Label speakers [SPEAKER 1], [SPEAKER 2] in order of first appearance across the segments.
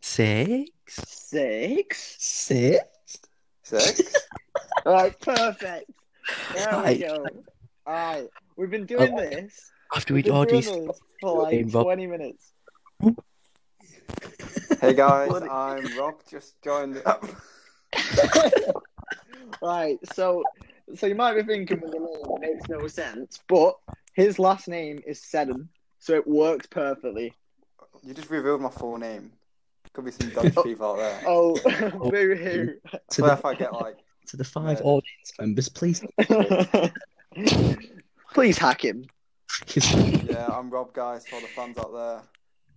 [SPEAKER 1] Six?
[SPEAKER 2] Six.
[SPEAKER 1] Six?
[SPEAKER 2] Six. All right, perfect. There we
[SPEAKER 1] Right.
[SPEAKER 2] go. All right, we've been doing this.
[SPEAKER 1] After
[SPEAKER 2] We've
[SPEAKER 1] we
[SPEAKER 2] been
[SPEAKER 1] all
[SPEAKER 2] doing
[SPEAKER 1] these.
[SPEAKER 2] this for like
[SPEAKER 1] Name, Rob.
[SPEAKER 2] twenty minutes.
[SPEAKER 3] Hey guys,
[SPEAKER 2] What-
[SPEAKER 3] I'm Rob. Just joined up.
[SPEAKER 2] Right, so so you might be thinking, well, the name makes no sense, but his last name is Seddon, so it works perfectly.
[SPEAKER 3] You just revealed my full name. Could be some dodgy
[SPEAKER 2] Oh.
[SPEAKER 3] people out there.
[SPEAKER 2] Oh, boo hoo.
[SPEAKER 1] To
[SPEAKER 3] so if
[SPEAKER 1] the,
[SPEAKER 3] I get like,
[SPEAKER 1] to the five
[SPEAKER 3] Yeah.
[SPEAKER 1] audience members, please.
[SPEAKER 2] Please hack him.
[SPEAKER 3] yeah, I'm Rob, guys. For all the fans out there,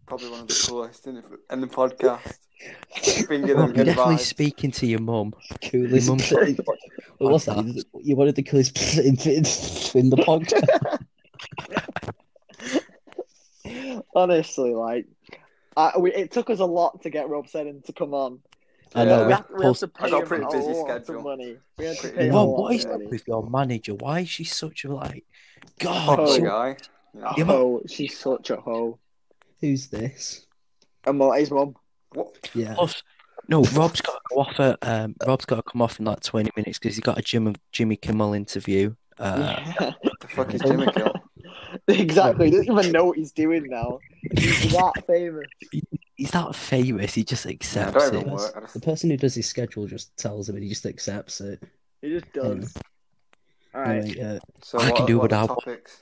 [SPEAKER 3] probably one of the coolest in the, in the podcast. Bringing them
[SPEAKER 1] Rob, you're
[SPEAKER 3] good
[SPEAKER 1] definitely
[SPEAKER 3] vibes.
[SPEAKER 1] speaking to your mum.
[SPEAKER 4] coolest.
[SPEAKER 1] Mum's-
[SPEAKER 4] what was
[SPEAKER 1] I'm-
[SPEAKER 4] that? You wanted the coolest in, in the podcast.
[SPEAKER 2] Honestly, like, I, we, it took us a lot to get Rob Seddon to come on.
[SPEAKER 4] I know.
[SPEAKER 3] Yeah.
[SPEAKER 2] We had, we had to
[SPEAKER 3] I
[SPEAKER 2] pay
[SPEAKER 3] got a
[SPEAKER 2] him
[SPEAKER 3] pretty
[SPEAKER 2] a
[SPEAKER 3] busy
[SPEAKER 2] lot
[SPEAKER 3] schedule.
[SPEAKER 2] of money. We had to
[SPEAKER 3] Pretty
[SPEAKER 2] pay him a
[SPEAKER 1] Rob,
[SPEAKER 2] lot
[SPEAKER 1] what
[SPEAKER 2] of
[SPEAKER 1] is that
[SPEAKER 2] money.
[SPEAKER 1] with your manager? Why is she such a like? God,
[SPEAKER 3] Oh,
[SPEAKER 2] Oh.
[SPEAKER 1] she-
[SPEAKER 3] guy. Yeah.
[SPEAKER 1] Yeah,
[SPEAKER 2] A hoe. She's such a hoe.
[SPEAKER 4] Who's this?
[SPEAKER 2] And what, his mum.
[SPEAKER 3] What?
[SPEAKER 4] Yeah.
[SPEAKER 2] Oh.
[SPEAKER 1] Plus, no, Rob's got to go off at, um, Rob's got to come off in like 20 minutes because he got a Jim, Jimmy Kimmel interview. Uh,
[SPEAKER 3] The fuck is
[SPEAKER 1] Oh
[SPEAKER 3] Jimmy Kill?
[SPEAKER 2] exactly. He doesn't even know what he's doing now. He's that famous.
[SPEAKER 1] He's that famous, he just
[SPEAKER 3] I
[SPEAKER 1] accepts
[SPEAKER 3] don't
[SPEAKER 1] it.
[SPEAKER 3] even
[SPEAKER 4] Absolutely.
[SPEAKER 3] work. I just-
[SPEAKER 4] The person who does his schedule just tells him and he just accepts it.
[SPEAKER 2] He just does. All right,
[SPEAKER 4] Anyway, uh,
[SPEAKER 3] So
[SPEAKER 1] I
[SPEAKER 3] what,
[SPEAKER 1] can do
[SPEAKER 3] what are the
[SPEAKER 1] without-
[SPEAKER 3] topics?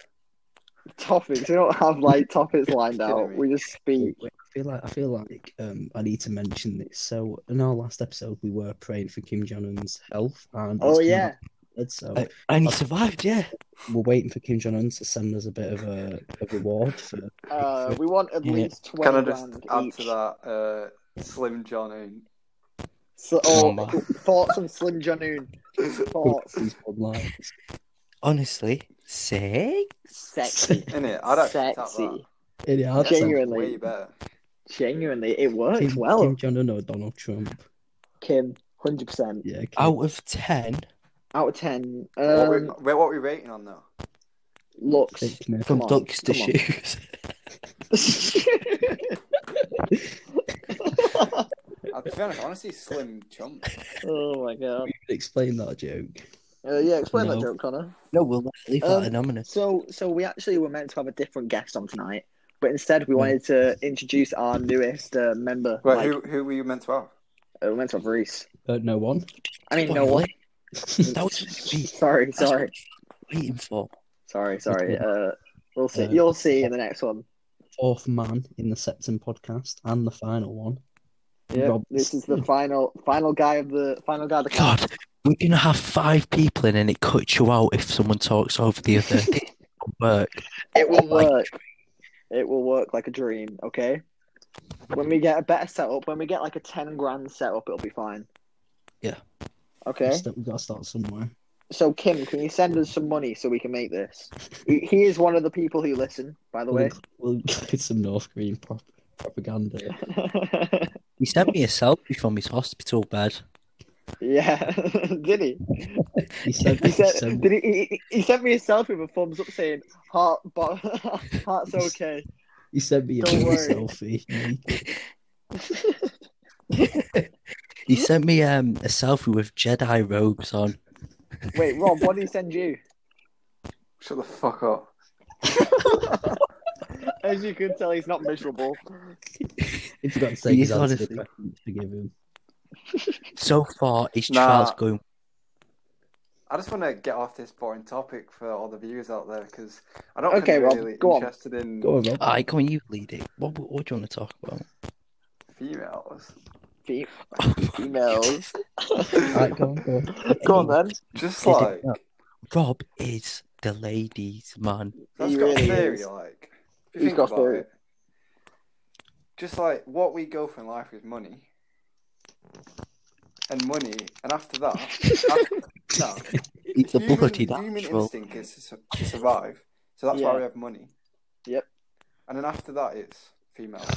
[SPEAKER 2] topics. We don't have like topics lined
[SPEAKER 3] Kidding
[SPEAKER 2] out.
[SPEAKER 3] me.
[SPEAKER 2] We just speak.
[SPEAKER 4] I feel like I feel like um, I need to mention this. So in our last episode, we were praying for Kim Jong Un's health, and it's
[SPEAKER 2] Oh
[SPEAKER 4] come
[SPEAKER 2] yeah,
[SPEAKER 4] out good, so
[SPEAKER 1] Uh, and he survived, yeah.
[SPEAKER 4] we're waiting for Kim Jong Un to send us a bit of a, a reward for.
[SPEAKER 2] uh, we want at
[SPEAKER 1] Yeah.
[SPEAKER 2] least
[SPEAKER 3] Can I
[SPEAKER 2] twelve
[SPEAKER 3] just
[SPEAKER 2] grand
[SPEAKER 3] add
[SPEAKER 2] each.
[SPEAKER 3] to that? Uh, Slim John.
[SPEAKER 2] So, oh,
[SPEAKER 1] Mama.
[SPEAKER 2] thoughts on Slim Janoon? Thoughts,
[SPEAKER 4] these bloodlines.
[SPEAKER 1] Honestly, sick.
[SPEAKER 2] sexy,
[SPEAKER 3] In it, I'd actually tap
[SPEAKER 2] sexy.
[SPEAKER 4] And it adds up.
[SPEAKER 3] that. Way
[SPEAKER 2] Genuinely,
[SPEAKER 3] better.
[SPEAKER 2] genuinely, it works
[SPEAKER 4] Kim,
[SPEAKER 2] well.
[SPEAKER 4] Kim Jong Un or Donald Trump?
[SPEAKER 2] Kim, hundred percent
[SPEAKER 4] Yeah. Kim.
[SPEAKER 1] Out of 10,
[SPEAKER 2] out of ten.
[SPEAKER 3] what, we,
[SPEAKER 2] Um,
[SPEAKER 3] what we rating on though?
[SPEAKER 2] looks.
[SPEAKER 4] Thick neck.
[SPEAKER 1] from
[SPEAKER 2] Come on,
[SPEAKER 1] ducks to
[SPEAKER 2] come on.
[SPEAKER 1] shoes.
[SPEAKER 3] Uh, to be honest, I want to see Slim Chump.
[SPEAKER 2] oh my god.
[SPEAKER 4] Explain that joke.
[SPEAKER 2] Uh, yeah, explain that
[SPEAKER 1] No.
[SPEAKER 2] joke, Connor.
[SPEAKER 1] No, we'll leave
[SPEAKER 2] Um,
[SPEAKER 1] that anonymous.
[SPEAKER 2] So, so we actually were meant to have a different guest on tonight, but instead we
[SPEAKER 1] Hmm.
[SPEAKER 2] wanted to introduce our newest uh, member.
[SPEAKER 3] Right,
[SPEAKER 2] like,
[SPEAKER 3] who who were you meant to have?
[SPEAKER 2] uh, we meant to have Reese.
[SPEAKER 4] Uh, no one.
[SPEAKER 2] I mean,
[SPEAKER 1] What
[SPEAKER 2] no
[SPEAKER 1] a
[SPEAKER 2] one.
[SPEAKER 1] late- That was meant to be
[SPEAKER 2] Sorry, sorry.
[SPEAKER 1] waiting for.
[SPEAKER 2] Sorry, sorry. Uh, we'll see.
[SPEAKER 4] Uh,
[SPEAKER 2] You'll see in the next one.
[SPEAKER 4] Fourth man in the Septim podcast and the final one.
[SPEAKER 2] Yeah,
[SPEAKER 4] Rob-
[SPEAKER 2] this is the final, final guy of the final guy of the
[SPEAKER 1] God, we're going to have five people in and it cuts you out if someone talks over the other. It won't work.
[SPEAKER 2] It will
[SPEAKER 1] Like-
[SPEAKER 2] work. Oh It will work like a dream. Okay. When we get a better setup, when we get like a ten grand setup, it'll be fine.
[SPEAKER 1] Yeah.
[SPEAKER 2] Okay.
[SPEAKER 4] St- We've got to start somewhere.
[SPEAKER 2] So Kim, can you send us some money so we can make this? He he is one of the people who listen, by the
[SPEAKER 4] We'll,
[SPEAKER 2] way.
[SPEAKER 4] inc- we'll include some North Korean prop- propaganda.
[SPEAKER 1] He sent me a selfie from his hospital bed.
[SPEAKER 2] yeah. Did he?
[SPEAKER 4] He said,
[SPEAKER 2] He
[SPEAKER 4] he
[SPEAKER 2] said,
[SPEAKER 4] said-
[SPEAKER 2] did he, he, he sent me a selfie with a thumbs up saying heart, bo- heart's okay.
[SPEAKER 4] he sent me a
[SPEAKER 2] Don't
[SPEAKER 4] nude
[SPEAKER 2] worry.
[SPEAKER 4] selfie.
[SPEAKER 1] He sent me um, a selfie with Jedi robes on.
[SPEAKER 2] Wait, Rob, what did he send you?
[SPEAKER 3] Shut the fuck up.
[SPEAKER 2] As you can tell, he's not miserable.
[SPEAKER 4] If you got to
[SPEAKER 1] He
[SPEAKER 4] say his
[SPEAKER 1] is
[SPEAKER 4] answer to
[SPEAKER 1] honestly-
[SPEAKER 4] the question, forgive him.
[SPEAKER 1] So far, his
[SPEAKER 3] Nah.
[SPEAKER 1] trial's going.
[SPEAKER 3] I just want to get off this boring topic for all the viewers out there because I don't
[SPEAKER 2] Okay,
[SPEAKER 3] think
[SPEAKER 2] Rob,
[SPEAKER 3] they're really
[SPEAKER 2] go on.
[SPEAKER 3] interested in
[SPEAKER 4] Go on, Rob.
[SPEAKER 1] All right, come on, you lead it. What, what, what do you want to talk about?
[SPEAKER 3] females.
[SPEAKER 2] Fe- Females.
[SPEAKER 4] All right, go on, go on.
[SPEAKER 2] Go on then.
[SPEAKER 3] Just
[SPEAKER 1] Is it-
[SPEAKER 3] like
[SPEAKER 1] Rob is the ladies' man.
[SPEAKER 3] that's
[SPEAKER 2] He
[SPEAKER 3] got
[SPEAKER 2] really
[SPEAKER 3] a theory.
[SPEAKER 2] is.
[SPEAKER 3] Like, if
[SPEAKER 2] He's
[SPEAKER 3] you think
[SPEAKER 2] got
[SPEAKER 3] about
[SPEAKER 2] theory.
[SPEAKER 3] it, just like what we go for in life is money, and money, and after that, after, no,
[SPEAKER 1] He's a
[SPEAKER 3] human,
[SPEAKER 1] bloody
[SPEAKER 3] human
[SPEAKER 1] natural.
[SPEAKER 3] instinct is to, su- to survive, so that's
[SPEAKER 2] Yeah.
[SPEAKER 3] why we have money.
[SPEAKER 2] Yep.
[SPEAKER 3] And then after that, it's females.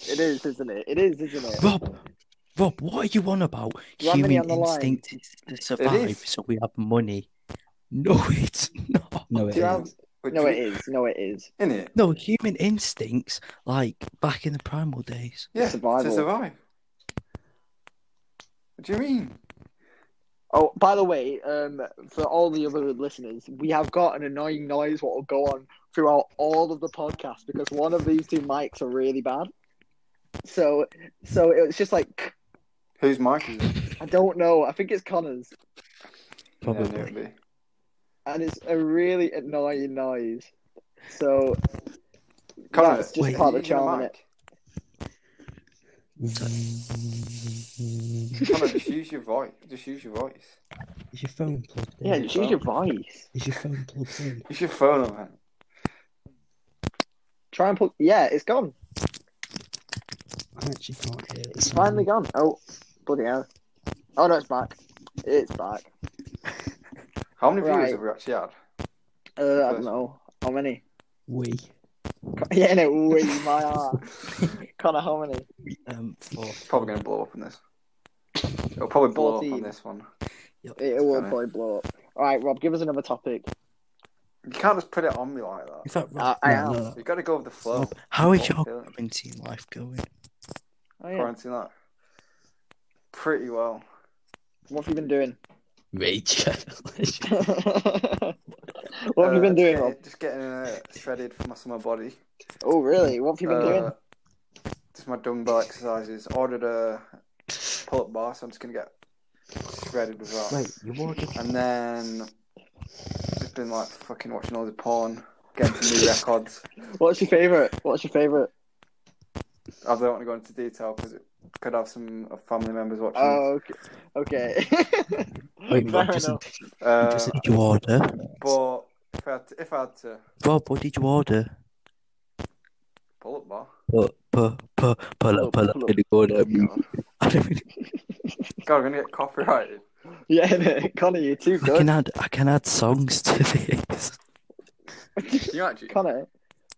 [SPEAKER 2] It is, isn't it? It is, isn't it?
[SPEAKER 1] Rob, Rob, what are you on about?
[SPEAKER 2] You have money
[SPEAKER 1] Human
[SPEAKER 2] on the line.
[SPEAKER 1] instinct is to survive,
[SPEAKER 3] is.
[SPEAKER 1] so we have money. No, it's not.
[SPEAKER 4] No, it
[SPEAKER 2] Do you have-
[SPEAKER 4] is.
[SPEAKER 3] Which
[SPEAKER 2] No, it is. No, it is.
[SPEAKER 3] In it.
[SPEAKER 1] No, human instincts, like back in the primal days.
[SPEAKER 3] Yeah, to
[SPEAKER 2] Survival.
[SPEAKER 3] survive. What do you mean?
[SPEAKER 2] Oh, by the way, um, for all the other listeners, we have got an annoying noise what will go on throughout all of the podcast because one of these two mics are really bad. So, so it's just like
[SPEAKER 3] Whose mic is it?
[SPEAKER 2] I don't know. I think it's Connor's,
[SPEAKER 1] Probably.
[SPEAKER 3] Yeah, I knew it'd be.
[SPEAKER 2] and it's a really annoying noise. So,
[SPEAKER 3] Connor,
[SPEAKER 2] That's just
[SPEAKER 3] are you
[SPEAKER 2] part of the
[SPEAKER 3] using a
[SPEAKER 2] charm,
[SPEAKER 3] mic?
[SPEAKER 4] Is
[SPEAKER 3] Connor, just use your voice. Just use your voice.
[SPEAKER 4] your phone plugged in?
[SPEAKER 2] yeah, just use your voice.
[SPEAKER 4] Is your phone plugged in?
[SPEAKER 3] Use your phone on that.
[SPEAKER 2] Try and put. Yeah, it's gone.
[SPEAKER 4] I actually can't hear it.
[SPEAKER 2] It's finally gone. Oh, bloody hell! Oh no, it's back. It's back.
[SPEAKER 3] How many viewers
[SPEAKER 2] Right.
[SPEAKER 3] have we actually had?
[SPEAKER 2] Uh, I don't know how many.
[SPEAKER 4] We.
[SPEAKER 2] Yeah, no, we my heart. Connor, how many?
[SPEAKER 1] Um, for
[SPEAKER 3] It's probably going to blow up on this. It'll probably blow up on
[SPEAKER 2] 14.
[SPEAKER 3] this one.
[SPEAKER 2] It will
[SPEAKER 3] Connor.
[SPEAKER 2] probably blow up. All right, Rob, give us another topic.
[SPEAKER 3] You can't just put it on me like that.
[SPEAKER 1] is that
[SPEAKER 2] Uh,
[SPEAKER 1] right?
[SPEAKER 2] I am.
[SPEAKER 4] no, no,
[SPEAKER 3] you got to go with the flow.
[SPEAKER 1] Rob, how is
[SPEAKER 3] Oh,
[SPEAKER 1] your
[SPEAKER 3] yeah.
[SPEAKER 1] quarantine life going?
[SPEAKER 2] Oh, yeah.
[SPEAKER 3] Quarantine that. Pretty well.
[SPEAKER 2] What have you been doing?
[SPEAKER 4] Rachel.
[SPEAKER 2] what have
[SPEAKER 3] Uh,
[SPEAKER 2] you been doing,
[SPEAKER 3] just
[SPEAKER 2] Rob?
[SPEAKER 3] getting- Just getting uh, shredded for my summer body.
[SPEAKER 2] Oh, really? What have you been
[SPEAKER 3] Uh,
[SPEAKER 2] doing?
[SPEAKER 3] Just my dumbbell exercises. Ordered a pull up bar, so I'm just going to get shredded with that.
[SPEAKER 1] Wait, you ordered
[SPEAKER 3] And then just been like fucking watching all the porn, getting some new records.
[SPEAKER 2] What's your favorite? What's your favorite?
[SPEAKER 3] I don't want to go into detail because it could have some family members watching.
[SPEAKER 2] Oh, okay. okay.
[SPEAKER 1] Wait, Rob
[SPEAKER 2] Fair
[SPEAKER 1] doesn't,
[SPEAKER 2] enough.
[SPEAKER 3] Uh,
[SPEAKER 1] doesn't you order?
[SPEAKER 3] but if I, had to, if I had to
[SPEAKER 1] Rob, what did you order?
[SPEAKER 3] pull up bar,
[SPEAKER 1] Pull, pull, pull, pull up, pull up in the corner. I don't really-
[SPEAKER 3] God, I'm gonna get copyrighted.
[SPEAKER 2] yeah, no, Connor, you're too
[SPEAKER 1] I can
[SPEAKER 2] good.
[SPEAKER 1] add, I can add songs to this.
[SPEAKER 3] Can you actually?
[SPEAKER 2] Connor,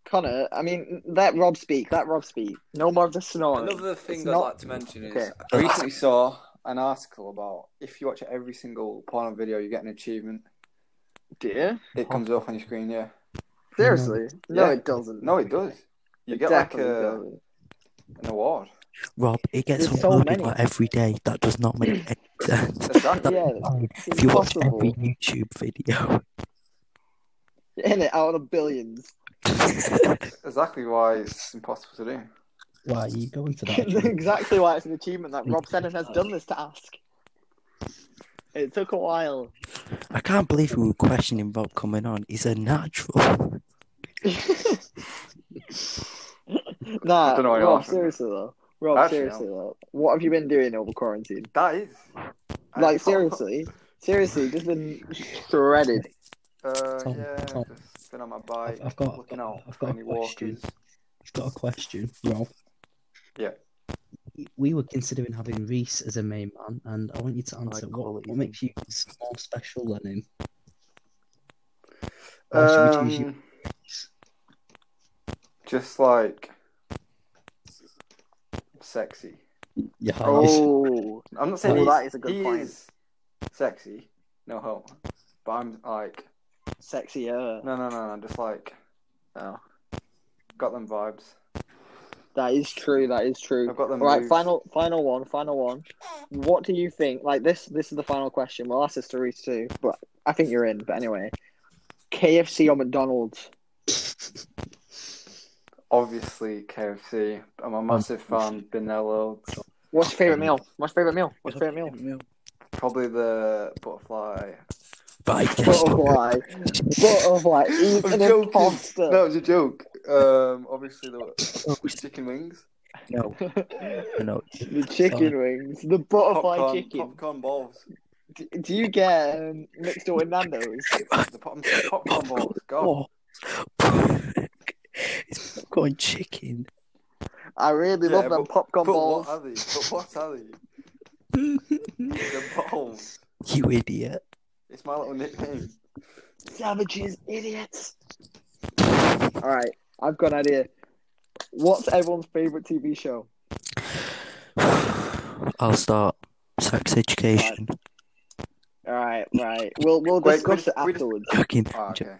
[SPEAKER 2] Connor, I mean, let Rob speak. Let Rob speak. No more of the snoring.
[SPEAKER 3] Another thing
[SPEAKER 2] It's
[SPEAKER 3] I'd
[SPEAKER 2] not-
[SPEAKER 3] like to mention is
[SPEAKER 2] Okay.
[SPEAKER 3] I recently saw an article about if you watch every single porn video, you get an achievement.
[SPEAKER 2] Dear?
[SPEAKER 3] It comes up on your screen, yeah.
[SPEAKER 2] Seriously? No,
[SPEAKER 3] Yeah.
[SPEAKER 2] it doesn't.
[SPEAKER 3] No, it does. You
[SPEAKER 2] It
[SPEAKER 3] get like
[SPEAKER 2] definitely
[SPEAKER 3] a, uh,
[SPEAKER 2] doesn't.
[SPEAKER 3] an award.
[SPEAKER 1] Rob, it gets
[SPEAKER 2] There's so
[SPEAKER 1] uploaded
[SPEAKER 2] many.
[SPEAKER 1] like every day. That does not make any sense.
[SPEAKER 3] Exactly.
[SPEAKER 2] Yeah, it's
[SPEAKER 1] If you watch
[SPEAKER 2] impossible.
[SPEAKER 1] every YouTube video,
[SPEAKER 2] In it, out of billions.
[SPEAKER 3] Exactly why it's impossible to do.
[SPEAKER 4] Why are you going for that? Jim?
[SPEAKER 2] exactly why it's an achievement that Rob Seddon has done this task. It took a while.
[SPEAKER 1] I can't believe we were questioning Rob coming on. He's a natural.
[SPEAKER 2] nah,
[SPEAKER 3] I don't know why you're
[SPEAKER 2] Rob,
[SPEAKER 3] laughing.
[SPEAKER 2] seriously though. Rob,
[SPEAKER 3] Actually,
[SPEAKER 2] seriously though. What have you been doing over quarantine?
[SPEAKER 3] That is. I-
[SPEAKER 2] Like, seriously. Seriously, just been shredded.
[SPEAKER 3] Uh,
[SPEAKER 4] Tom,
[SPEAKER 3] yeah,
[SPEAKER 4] Tom.
[SPEAKER 3] just been on my bike,
[SPEAKER 4] I've got-
[SPEAKER 3] looking out
[SPEAKER 4] I've
[SPEAKER 3] for
[SPEAKER 4] got a
[SPEAKER 3] any
[SPEAKER 4] question.
[SPEAKER 3] walkers.
[SPEAKER 4] I've got a question, Rob.
[SPEAKER 3] Yeah.
[SPEAKER 4] We were considering having Reese as a main man, and I want you to answer what,
[SPEAKER 1] quality.
[SPEAKER 4] what makes you s- more special than him. Why should we choose you?
[SPEAKER 3] Um, just like sexy.
[SPEAKER 4] Your height.
[SPEAKER 2] Oh,
[SPEAKER 3] I'm not saying
[SPEAKER 4] Oh,
[SPEAKER 3] he's-
[SPEAKER 2] that is a good
[SPEAKER 3] he
[SPEAKER 2] point.
[SPEAKER 3] is sexy, no homo. But I'm like,
[SPEAKER 2] sexy error.
[SPEAKER 3] no, no, no, no. Just like
[SPEAKER 2] Oh,
[SPEAKER 3] got them vibes.
[SPEAKER 2] that is true. That is true.
[SPEAKER 3] I've got them.
[SPEAKER 2] All right,
[SPEAKER 3] moves.
[SPEAKER 2] final, final one, final one. What do you think? Like this, this is the final question. We'll ask this to Reese too, but I think you're in. But anyway, KFC or McDonald's?
[SPEAKER 3] Obviously, KFC. I'm a massive
[SPEAKER 2] Oh,
[SPEAKER 3] fan. Been there loads.
[SPEAKER 2] What's your favorite meal? What's your favorite meal? What's your favorite meal?
[SPEAKER 3] Probably the butterfly.
[SPEAKER 1] But I guess
[SPEAKER 2] Butterfly, butterfly, eat
[SPEAKER 3] I'm
[SPEAKER 2] an
[SPEAKER 3] joking.
[SPEAKER 2] imposter.
[SPEAKER 3] No, it was a joke. Um, obviously the chicken wings,
[SPEAKER 1] no, no.
[SPEAKER 2] the chicken wings, the butterfly
[SPEAKER 3] popcorn,
[SPEAKER 2] chicken.
[SPEAKER 3] popcorn balls.
[SPEAKER 2] D Do you get um, mixed up with Nando's?
[SPEAKER 3] The pop- I'm saying popcorn balls. God.
[SPEAKER 1] Oh. it's popcorn chicken.
[SPEAKER 2] I really
[SPEAKER 3] Yeah,
[SPEAKER 2] love them
[SPEAKER 3] but-
[SPEAKER 2] popcorn
[SPEAKER 3] but
[SPEAKER 2] balls.
[SPEAKER 3] what are they? But what are they? The balls.
[SPEAKER 1] You idiot.
[SPEAKER 3] It's my little nickname.
[SPEAKER 2] Savages, idiots. All right, I've got an idea. What's everyone's favorite TV show?
[SPEAKER 1] I'll start. Sex education.
[SPEAKER 2] All right, right. We'll we'll
[SPEAKER 3] Wait,
[SPEAKER 2] discuss
[SPEAKER 3] we-
[SPEAKER 2] it
[SPEAKER 3] we just-
[SPEAKER 2] afterwards.
[SPEAKER 1] Cooking.
[SPEAKER 3] Ah, okay.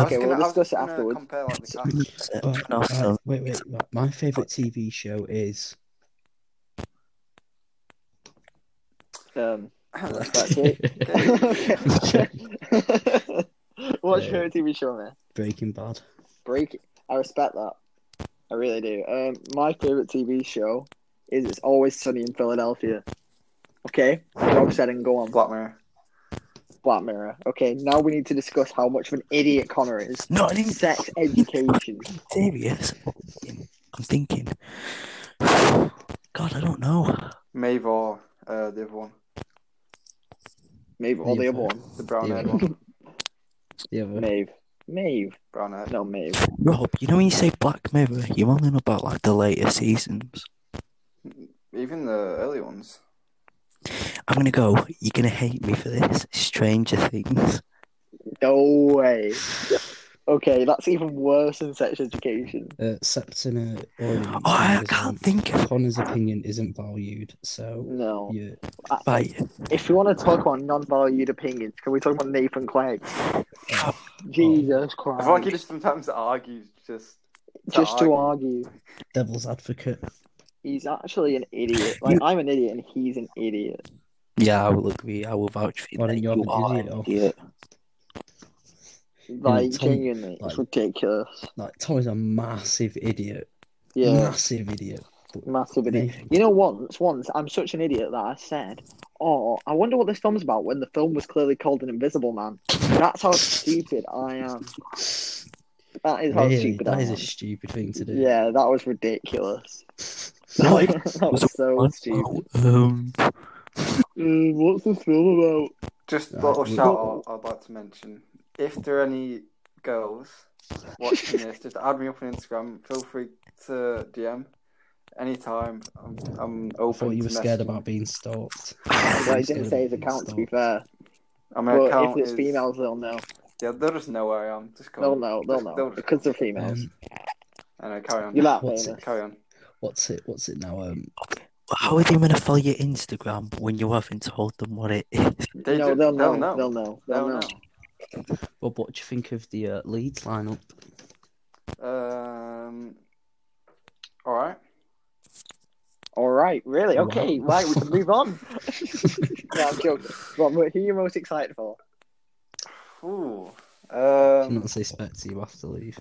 [SPEAKER 5] I
[SPEAKER 2] Okay,
[SPEAKER 5] was
[SPEAKER 2] we'll
[SPEAKER 5] gonna- I was
[SPEAKER 2] discuss it
[SPEAKER 5] gonna
[SPEAKER 2] afterwards.
[SPEAKER 5] Compare, like, the cast.
[SPEAKER 1] so,
[SPEAKER 4] Well,
[SPEAKER 1] no,
[SPEAKER 4] uh,
[SPEAKER 1] so-
[SPEAKER 4] wait, wait. my- My favorite TV show is
[SPEAKER 2] Um,
[SPEAKER 5] That's
[SPEAKER 2] that's it. What's
[SPEAKER 4] Yeah.
[SPEAKER 2] your favorite TV show, man?
[SPEAKER 4] Breaking Bad.
[SPEAKER 2] Break. it. I respect that. I really do. Um, my favorite TV show is It's Always Sunny in Philadelphia. Okay, Rob said and go on
[SPEAKER 5] Black Mirror.
[SPEAKER 2] Black Mirror. Okay, now we need to discuss how much of an idiot Connor is.
[SPEAKER 1] Not an
[SPEAKER 2] Sex education.
[SPEAKER 1] serious. I'm thinking. God, I don't know.
[SPEAKER 5] Maeve or uh, the other one.
[SPEAKER 2] Maeve, or the other one.
[SPEAKER 5] The brown haired
[SPEAKER 4] Yeah.
[SPEAKER 5] one.
[SPEAKER 4] The other.
[SPEAKER 2] Maeve. Maeve.
[SPEAKER 5] Brown haired.
[SPEAKER 2] No, Maeve.
[SPEAKER 1] Rob, you know when you say Black Mirror, you only know about like the later seasons.
[SPEAKER 5] Even the early ones.
[SPEAKER 1] I'm gonna go. You're gonna hate me for this. Stranger Things.
[SPEAKER 2] No way. Okay, that's even worse than sex education.
[SPEAKER 4] Uh, Septina.
[SPEAKER 1] Oh, I can't think of Mm.
[SPEAKER 4] Connor's opinion isn't valued, so
[SPEAKER 2] No.
[SPEAKER 4] yeah.
[SPEAKER 1] right.
[SPEAKER 2] If we want to talk about non-valued opinions, can we talk about Nathan Clegg?
[SPEAKER 4] Oh.
[SPEAKER 2] Jesus
[SPEAKER 5] I
[SPEAKER 2] Christ.
[SPEAKER 5] feel like he just sometimes argues just.
[SPEAKER 2] just to argue.
[SPEAKER 4] Devil's advocate.
[SPEAKER 2] He's actually an idiot. Like I'm an idiot and he's an idiot.
[SPEAKER 1] Yeah, I will agree. I will vouch for you.
[SPEAKER 4] Why don't
[SPEAKER 1] mate.
[SPEAKER 4] you have an
[SPEAKER 1] are
[SPEAKER 4] idiot
[SPEAKER 1] an
[SPEAKER 4] off?
[SPEAKER 1] idiot.
[SPEAKER 2] Like
[SPEAKER 4] Tom-
[SPEAKER 2] genuinely,
[SPEAKER 4] like-
[SPEAKER 2] it's ridiculous.
[SPEAKER 4] Like Tommy's a massive idiot.
[SPEAKER 2] Yeah,
[SPEAKER 4] Massive idiot. But
[SPEAKER 2] massive idiot.
[SPEAKER 4] Nathan-
[SPEAKER 2] You know, once, once I'm such an idiot that I said, "Oh, I wonder what this film's about." When the film was clearly called "An Invisible Man." That's how stupid I am. That is how
[SPEAKER 4] Really,
[SPEAKER 2] stupid
[SPEAKER 4] that
[SPEAKER 2] I
[SPEAKER 4] is
[SPEAKER 2] am.
[SPEAKER 4] a stupid thing to do.
[SPEAKER 2] Yeah, that was ridiculous.
[SPEAKER 1] No, it
[SPEAKER 2] that
[SPEAKER 1] was
[SPEAKER 2] was so
[SPEAKER 1] one.
[SPEAKER 2] stupid. Uh,
[SPEAKER 1] Um,
[SPEAKER 2] what's this film about?
[SPEAKER 5] Just
[SPEAKER 4] Right,
[SPEAKER 5] little
[SPEAKER 4] we-
[SPEAKER 5] shout out I'd like to mention. If there are any girls watching this, just add me up on Instagram. Feel free to DM anytime. I'm, I'm
[SPEAKER 4] I
[SPEAKER 5] open.
[SPEAKER 4] thought you
[SPEAKER 5] to
[SPEAKER 4] were scared
[SPEAKER 5] messaging.
[SPEAKER 4] about being stalked.
[SPEAKER 2] Well, I didn't say his account. To be fair,
[SPEAKER 5] I'm
[SPEAKER 2] but if
[SPEAKER 5] account
[SPEAKER 2] it's
[SPEAKER 5] is-
[SPEAKER 2] females, they'll know.
[SPEAKER 5] Yeah, they'll just know where I am. Just come
[SPEAKER 2] They'll
[SPEAKER 5] on.
[SPEAKER 2] know. They'll
[SPEAKER 5] Just-
[SPEAKER 2] know
[SPEAKER 5] they'll just-
[SPEAKER 2] because they're females.
[SPEAKER 4] Um,
[SPEAKER 5] I know, carry on.
[SPEAKER 2] You're that
[SPEAKER 4] what's
[SPEAKER 2] famous.
[SPEAKER 5] Carry on.
[SPEAKER 4] what's it? What's it now? Um,
[SPEAKER 1] how are they gonna follow your Instagram when you haven't told them what it is?
[SPEAKER 5] They
[SPEAKER 2] no,
[SPEAKER 5] do-
[SPEAKER 2] they'll, know.
[SPEAKER 5] they'll know.
[SPEAKER 2] They'll know.
[SPEAKER 5] They'll
[SPEAKER 2] They'll know.
[SPEAKER 4] Bob, what do you think of the uh, Leeds lineup?
[SPEAKER 5] know. Um, all right.
[SPEAKER 2] All right, really? Okay,
[SPEAKER 4] Wow.
[SPEAKER 2] right. We can move on. no, I'm joking. Rob, who are you most excited for?
[SPEAKER 5] Ooh.
[SPEAKER 4] I'm
[SPEAKER 5] Um,
[SPEAKER 4] not say Spets, you have to leave.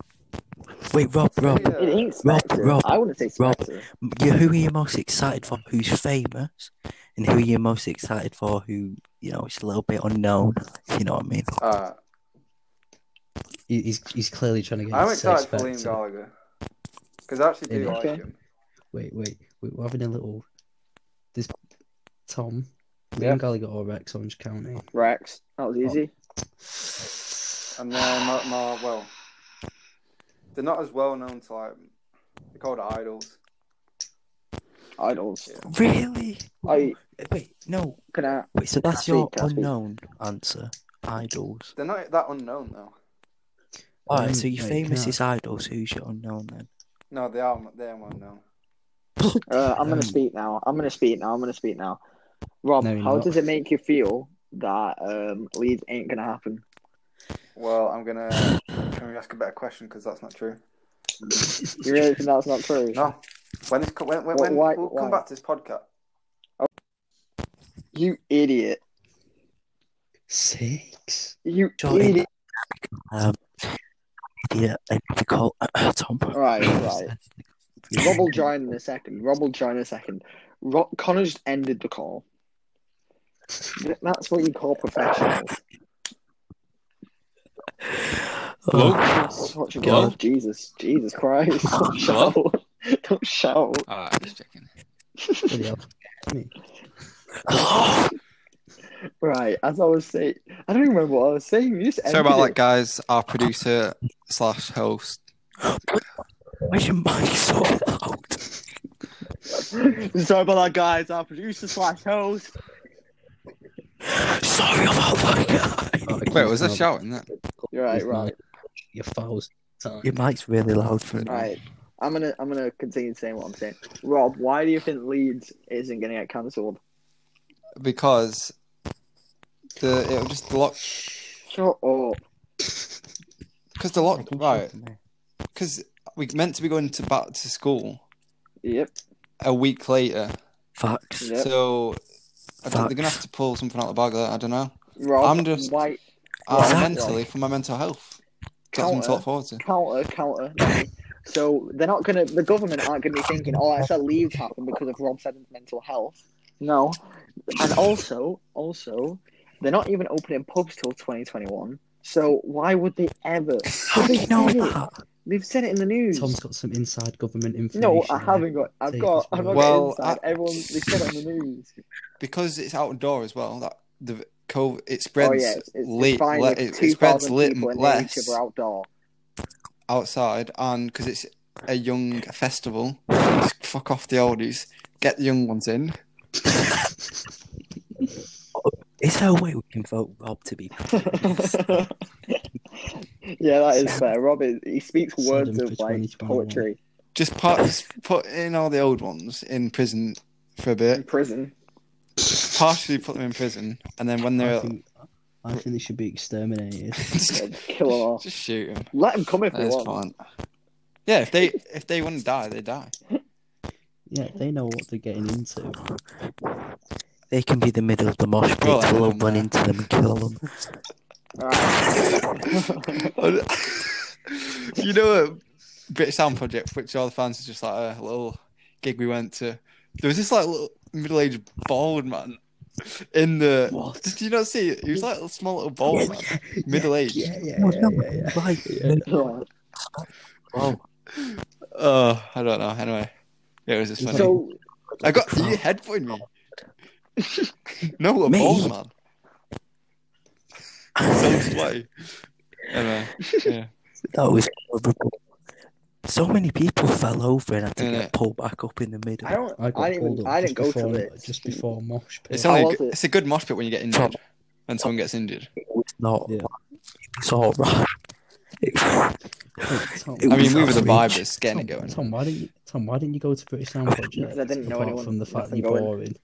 [SPEAKER 1] Wait, Rob,
[SPEAKER 5] so,
[SPEAKER 1] Rob,
[SPEAKER 5] yeah,
[SPEAKER 2] It ain't
[SPEAKER 1] Rob,
[SPEAKER 2] Spectre.
[SPEAKER 1] Rob,
[SPEAKER 2] Uh, I wouldn't say
[SPEAKER 1] Rob.
[SPEAKER 2] Spectre.
[SPEAKER 1] you, who are you most excited for? Who's famous, and who are you most excited for? Who you know is a little bit unknown. If you know what I mean?
[SPEAKER 5] alright.
[SPEAKER 4] He- He's he's clearly trying to get.
[SPEAKER 5] I'm
[SPEAKER 4] us to say
[SPEAKER 5] excited for Liam
[SPEAKER 4] Spezia.
[SPEAKER 5] Gallagher because I actually do
[SPEAKER 4] Yeah.
[SPEAKER 5] like
[SPEAKER 2] Okay.
[SPEAKER 5] him.
[SPEAKER 4] Wait, wait, wait, we're having a little. This Tom,
[SPEAKER 5] Yeah.
[SPEAKER 4] Liam Gallagher or Rex Orange County.
[SPEAKER 2] Rex. That was easy.
[SPEAKER 5] And they're not more well. They're not as well known to like. They're called idols.
[SPEAKER 4] Oh.
[SPEAKER 2] Idols.
[SPEAKER 1] Really?
[SPEAKER 2] I
[SPEAKER 1] Wait, no.
[SPEAKER 2] can I.
[SPEAKER 1] Wait, so that's
[SPEAKER 2] Speak,
[SPEAKER 1] your
[SPEAKER 2] uh, speak.
[SPEAKER 1] unknown answer. Idols. Mm,
[SPEAKER 5] They're not that unknown though.
[SPEAKER 1] All right,
[SPEAKER 4] Um,
[SPEAKER 1] so your
[SPEAKER 4] wait,
[SPEAKER 1] famous
[SPEAKER 4] can
[SPEAKER 1] is idols. Who's your unknown then?
[SPEAKER 5] No, they are. They are unknown.
[SPEAKER 2] Uh, I'm
[SPEAKER 4] Um,
[SPEAKER 2] gonna speak now. I'm gonna speak now. I'm gonna speak now. Rob,
[SPEAKER 4] No, you're
[SPEAKER 2] how
[SPEAKER 4] not.
[SPEAKER 2] does it make you feel that um, Leeds ain't gonna happen?
[SPEAKER 5] Well, I'm gonna. Can we ask a better question? Because that's not true.
[SPEAKER 2] You really think that's not true?
[SPEAKER 5] No. When this co- when when,
[SPEAKER 2] Wh-
[SPEAKER 5] when
[SPEAKER 2] why-
[SPEAKER 5] we'll come
[SPEAKER 2] why?
[SPEAKER 5] back to this podcast.
[SPEAKER 2] You idiot.
[SPEAKER 4] Six.
[SPEAKER 2] You
[SPEAKER 1] Jordan.
[SPEAKER 2] idiot.
[SPEAKER 1] Um, idiot, ethical, uh, Tom.
[SPEAKER 2] Right, right. Rob will join in a second. Rob will join in a second. Rob, Connor just ended the call. Th- That's what you call professionals.
[SPEAKER 1] Oh,
[SPEAKER 2] That's what you
[SPEAKER 3] Hello?
[SPEAKER 2] call Jesus. Jesus Christ. Don't
[SPEAKER 3] Hello?
[SPEAKER 2] shout. Don't shout.
[SPEAKER 3] Ah, just checking.
[SPEAKER 4] Bloody hell.
[SPEAKER 1] hello.
[SPEAKER 2] Right, as I was saying, I don't even remember what I was saying. You just
[SPEAKER 3] Sorry about
[SPEAKER 2] ended
[SPEAKER 3] that,
[SPEAKER 2] it.
[SPEAKER 3] guys. Our producer slash host.
[SPEAKER 1] Where's your mic so loud?
[SPEAKER 2] Sorry about that, guys. Our producer slash host.
[SPEAKER 1] Sorry about that, guy.
[SPEAKER 4] Oh,
[SPEAKER 3] Wait, was
[SPEAKER 4] I
[SPEAKER 3] I shouting that?
[SPEAKER 2] You're right, right,
[SPEAKER 4] Your thousand times.
[SPEAKER 1] Your mic's really loud for me.
[SPEAKER 2] right. I'm gonna, I'm gonna continue saying what I'm saying. Rob, why do you think Leeds isn't gonna get cancelled?
[SPEAKER 3] Because the it'll just block.
[SPEAKER 2] Shut up.
[SPEAKER 3] because the lock
[SPEAKER 1] Fucking
[SPEAKER 3] right
[SPEAKER 1] shocking, man.
[SPEAKER 3] because we meant to be going to back to school
[SPEAKER 2] Yep.
[SPEAKER 3] a week later.
[SPEAKER 1] Facts.
[SPEAKER 2] Yep.
[SPEAKER 3] So I think they're gonna
[SPEAKER 1] Facts.
[SPEAKER 3] have to pull something out of the bag. There. I don't know.
[SPEAKER 2] Rob,
[SPEAKER 3] I'm just-
[SPEAKER 2] White,
[SPEAKER 3] Uh,
[SPEAKER 1] Exactly.
[SPEAKER 3] mentally for my mental health. That's something to
[SPEAKER 2] Counter.
[SPEAKER 3] look forward to.
[SPEAKER 2] counter, counter. Danny. so they're not gonna. The government aren't gonna be thinking, "Oh, I said leaves happen because of Rob Seddon's mental health." No, and also, also, they're not even opening pubs till 2021. So why would they ever?
[SPEAKER 1] How do you know
[SPEAKER 2] They've said it.
[SPEAKER 1] that?
[SPEAKER 2] They've said it in the news.
[SPEAKER 4] Tom's got some inside government information.
[SPEAKER 2] no, I
[SPEAKER 4] there.
[SPEAKER 2] haven't got. I've
[SPEAKER 4] Take
[SPEAKER 2] got.
[SPEAKER 4] us
[SPEAKER 2] I'm
[SPEAKER 4] back.
[SPEAKER 2] not
[SPEAKER 3] Well,
[SPEAKER 2] inside.
[SPEAKER 3] I-
[SPEAKER 2] Everyone, they said it in the news.
[SPEAKER 3] because it's outdoor as well. That the COVID it spreads
[SPEAKER 2] oh yeah, it's, it's
[SPEAKER 3] late,
[SPEAKER 2] fine
[SPEAKER 3] le-
[SPEAKER 2] with
[SPEAKER 3] it, it
[SPEAKER 2] 2,000
[SPEAKER 3] spreads lit
[SPEAKER 2] people and they each
[SPEAKER 3] less
[SPEAKER 2] other outdoor.
[SPEAKER 3] outside, and because it's a young festival, just fuck off the oldies, get the young ones in.
[SPEAKER 1] Is there a way we can vote Rob to be?
[SPEAKER 2] yeah, that is fair. Rob is, he speaks
[SPEAKER 4] Send
[SPEAKER 2] words
[SPEAKER 4] him
[SPEAKER 2] of
[SPEAKER 4] for
[SPEAKER 2] like
[SPEAKER 4] 2021.
[SPEAKER 2] poetry
[SPEAKER 3] Just put just put in all the old ones in prison for a
[SPEAKER 2] in
[SPEAKER 3] bit,
[SPEAKER 2] prison.
[SPEAKER 3] partially put them in prison, and then when
[SPEAKER 4] I
[SPEAKER 3] they're
[SPEAKER 4] think, I think they should be exterminated.
[SPEAKER 3] just,
[SPEAKER 2] Like, kill him off.
[SPEAKER 3] just shoot them.
[SPEAKER 2] Let him come if he
[SPEAKER 3] That's
[SPEAKER 2] wants.
[SPEAKER 3] fine. Yeah, if they if they want to die, they die.
[SPEAKER 4] Yeah, they know what they're getting into.
[SPEAKER 1] They can be the middle of the mosh pit.
[SPEAKER 3] Well, I
[SPEAKER 1] We'll
[SPEAKER 3] don't
[SPEAKER 1] run
[SPEAKER 3] know.
[SPEAKER 1] into them and kill them.
[SPEAKER 2] Alright.
[SPEAKER 3] you know a British Sound Project, which all the fans is just like a little gig we went to. There was this like little middle-aged bald man in the.
[SPEAKER 1] What?
[SPEAKER 3] Did you not see it? He was like a small little bald man, middle-aged.
[SPEAKER 4] Yeah, yeah,
[SPEAKER 1] Oh,
[SPEAKER 4] yeah,
[SPEAKER 1] no. Right.
[SPEAKER 4] yeah, yeah. Yeah.
[SPEAKER 1] Wow.
[SPEAKER 3] Oh, I don't know. Anyway, yeah, it was just funny.
[SPEAKER 2] so
[SPEAKER 3] I got you headphoning me. no, a
[SPEAKER 1] Me?
[SPEAKER 3] bald man. so sweaty. Anyway, uh, yeah.
[SPEAKER 1] That Oh, was horrible. So many people fell over and had to
[SPEAKER 3] Innit?
[SPEAKER 1] get pulled back up in the middle.
[SPEAKER 2] I don't.
[SPEAKER 4] I
[SPEAKER 2] I,
[SPEAKER 4] got
[SPEAKER 2] didn't.
[SPEAKER 4] pulled
[SPEAKER 2] Even,
[SPEAKER 4] up
[SPEAKER 2] I
[SPEAKER 4] just
[SPEAKER 2] didn't go
[SPEAKER 4] before,
[SPEAKER 2] to it.
[SPEAKER 4] just before mosh pit.
[SPEAKER 3] It's
[SPEAKER 2] How
[SPEAKER 3] only a
[SPEAKER 2] was
[SPEAKER 3] good,
[SPEAKER 2] it?
[SPEAKER 3] it's a good mosh pit when you get injured and someone gets injured.
[SPEAKER 1] It was not.
[SPEAKER 4] Yeah.
[SPEAKER 1] It's all right. It-
[SPEAKER 4] Tom,
[SPEAKER 1] I
[SPEAKER 3] I mean, we were the
[SPEAKER 1] Outrage.
[SPEAKER 3] vibers getting it
[SPEAKER 4] Tom,
[SPEAKER 3] going.
[SPEAKER 4] Tom, why didn't you, Tom, why didn't you go to British Sound Project?
[SPEAKER 2] Because I didn't know
[SPEAKER 4] apart
[SPEAKER 2] anyone-
[SPEAKER 4] From the fact that
[SPEAKER 2] nothing
[SPEAKER 4] you're
[SPEAKER 2] going.
[SPEAKER 4] boring.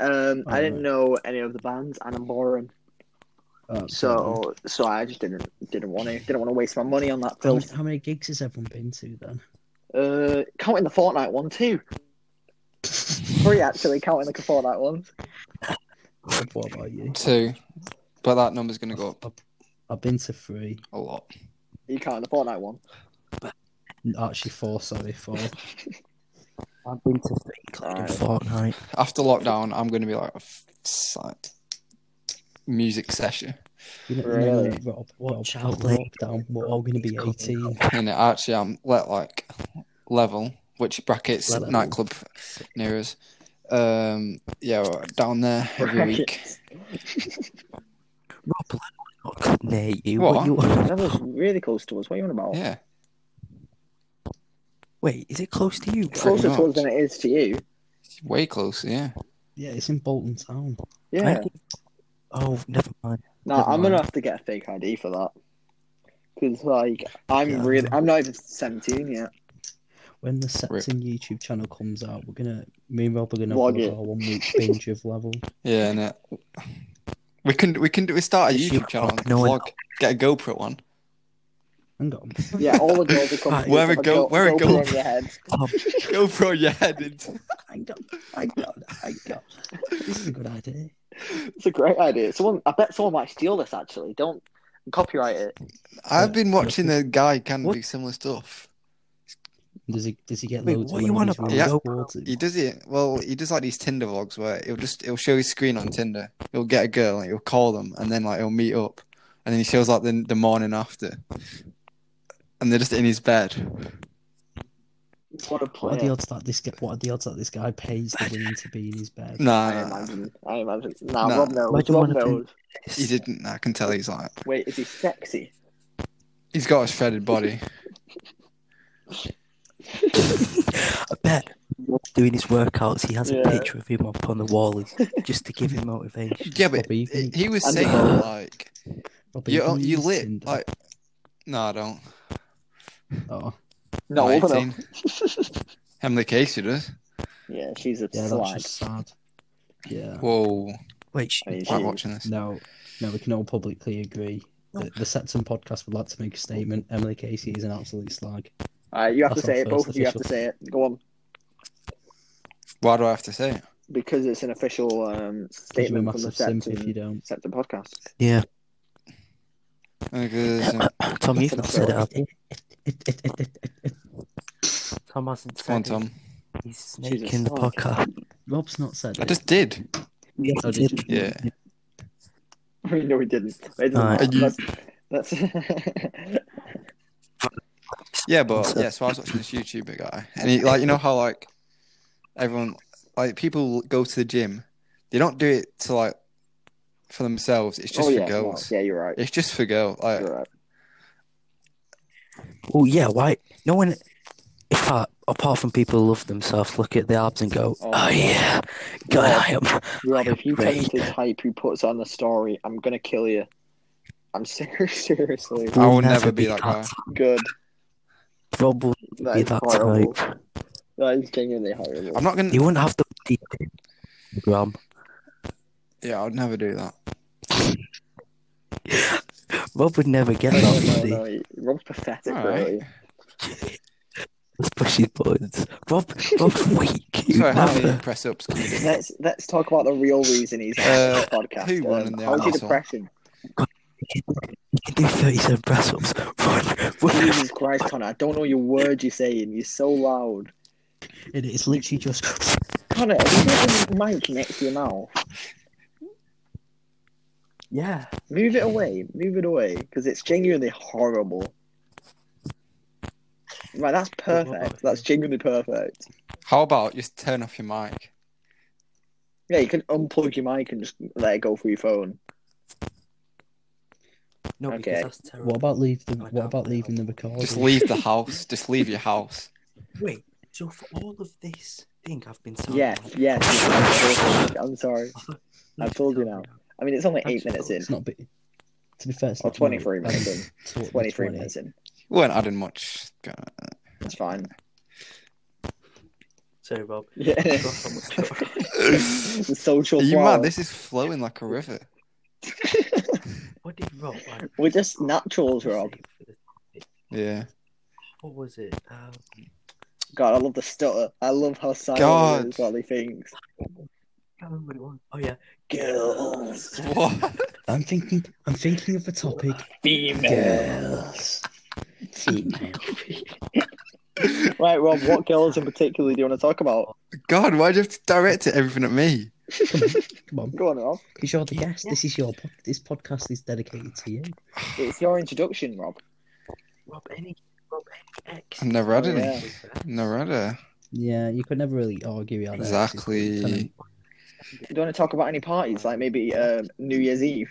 [SPEAKER 2] Um, I didn't
[SPEAKER 4] Alright.
[SPEAKER 2] know any of the bands, and I'm boring. So, so I just didn't didn't want to didn't want to waste my money on that
[SPEAKER 4] how
[SPEAKER 2] film.
[SPEAKER 4] many, how many gigs has everyone been to then?
[SPEAKER 2] Uh, counting the Fortnite one too. Three actually, counting the Fortnite one.
[SPEAKER 4] What about you?
[SPEAKER 3] Two, but that number's going to go up
[SPEAKER 4] I've been to three.
[SPEAKER 3] a lot.
[SPEAKER 2] You counting the Fortnite one?
[SPEAKER 4] Actually, four. Sorry, four.
[SPEAKER 1] I've been to three including
[SPEAKER 2] Alright.
[SPEAKER 1] Fortnite.
[SPEAKER 3] After lockdown, I'm going to be like a f- side music session,
[SPEAKER 4] You know,
[SPEAKER 2] Really?
[SPEAKER 4] you know Rob, Rob,
[SPEAKER 1] Watch
[SPEAKER 4] out
[SPEAKER 1] out,
[SPEAKER 4] of lockdown, we're all going to be
[SPEAKER 1] It's coming.
[SPEAKER 4] eighteen.
[SPEAKER 3] and it actually I'm let like level, which brackets
[SPEAKER 4] Level.
[SPEAKER 3] nightclub near us. Um, yeah, we're down there every week.
[SPEAKER 1] Rob Lennon not club near you.
[SPEAKER 3] What?
[SPEAKER 1] What? you on?
[SPEAKER 2] That was really close to us. What are you on about?
[SPEAKER 3] Yeah,
[SPEAKER 1] Wait, is it close to you?
[SPEAKER 3] Close.
[SPEAKER 1] Bro?
[SPEAKER 2] Closer to us
[SPEAKER 3] much.
[SPEAKER 2] than it is to you.
[SPEAKER 3] it's way closer. Yeah,
[SPEAKER 4] Yeah, it's in Bolton Town.
[SPEAKER 2] Yeah.
[SPEAKER 1] I- Oh, never mind.
[SPEAKER 2] No,
[SPEAKER 4] Never
[SPEAKER 2] I'm gonna
[SPEAKER 4] mind.
[SPEAKER 2] have to get a fake ID for that. Because like I'm
[SPEAKER 4] Yeah.
[SPEAKER 2] really, I'm not even 17 yet.
[SPEAKER 4] When the Septim YouTube channel comes out, we're gonna me and Rob are gonna
[SPEAKER 2] Log
[SPEAKER 4] vlog
[SPEAKER 2] it.
[SPEAKER 4] our one week binge of level.
[SPEAKER 3] yeah, and it, we can we can do we start a
[SPEAKER 1] Yes, you
[SPEAKER 3] YouTube channel, and
[SPEAKER 1] no one-
[SPEAKER 3] vlog, get a GoPro one.
[SPEAKER 4] Hang on.
[SPEAKER 2] Yeah, all the girls are coming.
[SPEAKER 3] Where it go- where it
[SPEAKER 2] go
[SPEAKER 3] go-
[SPEAKER 2] on your head.
[SPEAKER 1] Tom,
[SPEAKER 3] GoPro your head into
[SPEAKER 4] Hang on. Hang on. Hang on. This is a good idea.
[SPEAKER 2] It's a great idea. Someone, I bet someone might steal this. Actually, don't copyright it.
[SPEAKER 3] I've been watching the guy can
[SPEAKER 1] What?
[SPEAKER 3] do similar stuff.
[SPEAKER 4] Does he does he get
[SPEAKER 1] Wait,
[SPEAKER 4] loads
[SPEAKER 1] what
[SPEAKER 4] of
[SPEAKER 1] you on
[SPEAKER 4] women he's
[SPEAKER 1] about?
[SPEAKER 4] really
[SPEAKER 3] Yeah.
[SPEAKER 4] scored to?
[SPEAKER 3] He does it. Well, he does like these Tinder vlogs where he'll just he'll show his screen on Tinder. He'll get a girl, and he'll call them, and then like he'll meet up, and then he shows like the the morning after, and they're just in his bed.
[SPEAKER 2] What a
[SPEAKER 4] What
[SPEAKER 2] player!
[SPEAKER 4] are the odds that this guy, what are the odds that this guy pays the women to be in his bed?
[SPEAKER 3] Nah,
[SPEAKER 2] I
[SPEAKER 3] nah, nah.
[SPEAKER 2] imagine. I imagine. Nah,
[SPEAKER 3] Nah.
[SPEAKER 2] Rob knows.
[SPEAKER 1] Imagine
[SPEAKER 2] Rob
[SPEAKER 1] one of them-
[SPEAKER 2] knows.
[SPEAKER 3] he didn't. I can tell he's like
[SPEAKER 2] Wait, is he sexy?
[SPEAKER 3] he's got a shredded body.
[SPEAKER 1] I bet doing his workouts, he has
[SPEAKER 2] Yeah.
[SPEAKER 1] a picture of him up on the wall as- just to give him motivation.
[SPEAKER 3] yeah, but
[SPEAKER 4] Rob, are you gonna-
[SPEAKER 3] he was
[SPEAKER 2] And-
[SPEAKER 3] saying like
[SPEAKER 4] Rob, are
[SPEAKER 3] you
[SPEAKER 4] gonna
[SPEAKER 3] oh, you
[SPEAKER 4] use
[SPEAKER 3] lit
[SPEAKER 4] Tinder?
[SPEAKER 3] like. No, I don't.
[SPEAKER 4] Oh,
[SPEAKER 2] No,
[SPEAKER 3] I'm
[SPEAKER 2] no.
[SPEAKER 3] 18. Emily Casey does.
[SPEAKER 2] Yeah, she's a
[SPEAKER 4] yeah, that's
[SPEAKER 2] slag.
[SPEAKER 4] just sad. Yeah.
[SPEAKER 3] Whoa,
[SPEAKER 1] Wait, sh-
[SPEAKER 2] I mean,
[SPEAKER 3] why am I
[SPEAKER 2] she-
[SPEAKER 3] watching this?
[SPEAKER 4] No, no, we can all publicly agree The, the Septum podcast would like to make a statement. Emily Casey is an absolute slag.
[SPEAKER 2] All right, you have to
[SPEAKER 4] That's
[SPEAKER 2] say
[SPEAKER 4] our
[SPEAKER 2] it. Both
[SPEAKER 4] first
[SPEAKER 2] of you have to
[SPEAKER 4] official.
[SPEAKER 2] say it. Go on,
[SPEAKER 3] Why do I have to say it?
[SPEAKER 2] because it's an official um,
[SPEAKER 4] Because you're a
[SPEAKER 2] statement from the
[SPEAKER 4] massive simp if
[SPEAKER 2] Septum,
[SPEAKER 4] you don't.
[SPEAKER 2] Septum podcast.
[SPEAKER 1] Yeah,
[SPEAKER 3] Because um,
[SPEAKER 1] Tom, you've not
[SPEAKER 2] That's
[SPEAKER 1] said it. have you? Tom hasn't
[SPEAKER 3] come on,
[SPEAKER 1] said it.
[SPEAKER 3] Tom.
[SPEAKER 1] He's
[SPEAKER 2] Jesus
[SPEAKER 1] sneaking the
[SPEAKER 2] fuck.
[SPEAKER 1] podcast.
[SPEAKER 4] Rob's not said
[SPEAKER 3] I
[SPEAKER 4] it.
[SPEAKER 3] just did.
[SPEAKER 1] Yes,
[SPEAKER 4] Oh,
[SPEAKER 1] he
[SPEAKER 4] did
[SPEAKER 1] did.
[SPEAKER 3] Yeah.
[SPEAKER 2] no, we didn't. It doesn't
[SPEAKER 1] All right.
[SPEAKER 2] matter.
[SPEAKER 3] You-
[SPEAKER 2] That's, that's...
[SPEAKER 3] Yeah, but
[SPEAKER 1] So-
[SPEAKER 3] yeah, so I was watching this YouTuber guy, and he like you know how like everyone like people go to the gym, they don't do it to like for themselves. It's just
[SPEAKER 2] oh
[SPEAKER 3] for
[SPEAKER 2] yeah, no,
[SPEAKER 3] girls.
[SPEAKER 2] yeah, you're right.
[SPEAKER 3] It's just for girls. Like
[SPEAKER 2] You're right.
[SPEAKER 1] Oh yeah, why? No one, if I, apart from people who love themselves, look at the abs and go,
[SPEAKER 2] Oh,
[SPEAKER 1] "Oh,
[SPEAKER 2] my God.
[SPEAKER 1] yeah, God,
[SPEAKER 2] Yeah.
[SPEAKER 1] I am."
[SPEAKER 2] Rob, if you tell me
[SPEAKER 1] Great.
[SPEAKER 2] to type who puts on the story, I'm gonna kill you. I'm ser- seriously
[SPEAKER 3] I will
[SPEAKER 1] We'll
[SPEAKER 3] never be that guy.
[SPEAKER 2] good.
[SPEAKER 1] Rob will
[SPEAKER 2] That
[SPEAKER 1] be
[SPEAKER 2] is
[SPEAKER 1] that
[SPEAKER 2] horrible.
[SPEAKER 1] type.
[SPEAKER 2] That is genuinely horrible.
[SPEAKER 3] I'm not gonna.
[SPEAKER 1] He wouldn't have the body Rob.
[SPEAKER 3] Yeah, I'd never do that.
[SPEAKER 1] Rob would never get
[SPEAKER 2] No,
[SPEAKER 1] that
[SPEAKER 2] no, no,
[SPEAKER 1] body.
[SPEAKER 2] no, he- Rob's pathetic,
[SPEAKER 3] All right.
[SPEAKER 2] really.
[SPEAKER 1] Let's push his buttons. Rob, Rob's weak. He'd
[SPEAKER 3] Sorry, how
[SPEAKER 1] never.
[SPEAKER 3] many press ups can you do?
[SPEAKER 2] Let's let's talk about the real reason he's on
[SPEAKER 3] Uh,
[SPEAKER 2] this podcast.
[SPEAKER 3] who won in
[SPEAKER 2] um,
[SPEAKER 3] the
[SPEAKER 2] how's your
[SPEAKER 3] asshole?
[SPEAKER 2] depression?
[SPEAKER 1] He can do 37 press ups. Run, run.
[SPEAKER 2] Jesus Christ, Connor! I don't know your word you're saying. You're so loud,
[SPEAKER 4] It is literally just.
[SPEAKER 2] Connor. Have you got a mic next to your mouth?
[SPEAKER 1] Yeah.
[SPEAKER 2] Move it away. Move it away because it's genuinely horrible. Right, that's perfect. That's genuinely perfect.
[SPEAKER 3] How about just turn off your mic?
[SPEAKER 2] Yeah, you can unplug your mic and just let it go through your phone.
[SPEAKER 1] No,
[SPEAKER 2] Okay.
[SPEAKER 1] because that's terrible.
[SPEAKER 4] What about leave the?
[SPEAKER 1] I
[SPEAKER 4] What
[SPEAKER 1] can't
[SPEAKER 4] about
[SPEAKER 1] believe
[SPEAKER 4] leaving the
[SPEAKER 3] Just
[SPEAKER 4] recording?
[SPEAKER 3] leave the house. Just leave your house.
[SPEAKER 1] Wait, so for all of this thing I've been
[SPEAKER 4] Oh.
[SPEAKER 1] sounding
[SPEAKER 2] Yes,
[SPEAKER 1] like-
[SPEAKER 2] yes. yes. I'm sorry. I've told you now. I mean, it's only eight minutes in.
[SPEAKER 4] It's not. Be, to be fair, it's
[SPEAKER 2] Or
[SPEAKER 4] not really-
[SPEAKER 2] 23 minutes in.
[SPEAKER 4] It's what-
[SPEAKER 2] 23
[SPEAKER 4] 20.
[SPEAKER 2] minutes in.
[SPEAKER 3] You weren't adding much.
[SPEAKER 2] That's fine.
[SPEAKER 1] Sorry, Rob.
[SPEAKER 2] Yeah. the social
[SPEAKER 3] Are you
[SPEAKER 2] flower.
[SPEAKER 3] mad? This is flowing like a river.
[SPEAKER 1] What did Rob? like,
[SPEAKER 2] We're just naturals, Rob.
[SPEAKER 3] Yeah.
[SPEAKER 1] What was it? Um,
[SPEAKER 2] God, I love the stutter. I love how silent
[SPEAKER 3] God.
[SPEAKER 2] it is while he thinks.
[SPEAKER 1] can't remember what it was. Oh yeah, girls.
[SPEAKER 3] What?
[SPEAKER 4] I'm thinking. I'm thinking of a topic. Girls. Female.
[SPEAKER 2] Right, Rob, what girls in particular do you want to talk about?
[SPEAKER 3] God, why'd you have to direct it, everything at me?
[SPEAKER 4] Come on,
[SPEAKER 2] Go on, Rob.
[SPEAKER 4] because you're the guest. This is your. pod- This podcast is dedicated to you.
[SPEAKER 2] It's your introduction, Rob.
[SPEAKER 1] Rob any. Rob any ex.
[SPEAKER 3] I've never had
[SPEAKER 2] Oh,
[SPEAKER 3] any.
[SPEAKER 2] yeah.
[SPEAKER 3] Never had a.
[SPEAKER 4] Yeah, you could never really argue. with Alex.
[SPEAKER 3] Exactly.
[SPEAKER 2] Do you want to talk about any parties, like maybe um, New Year's Eve?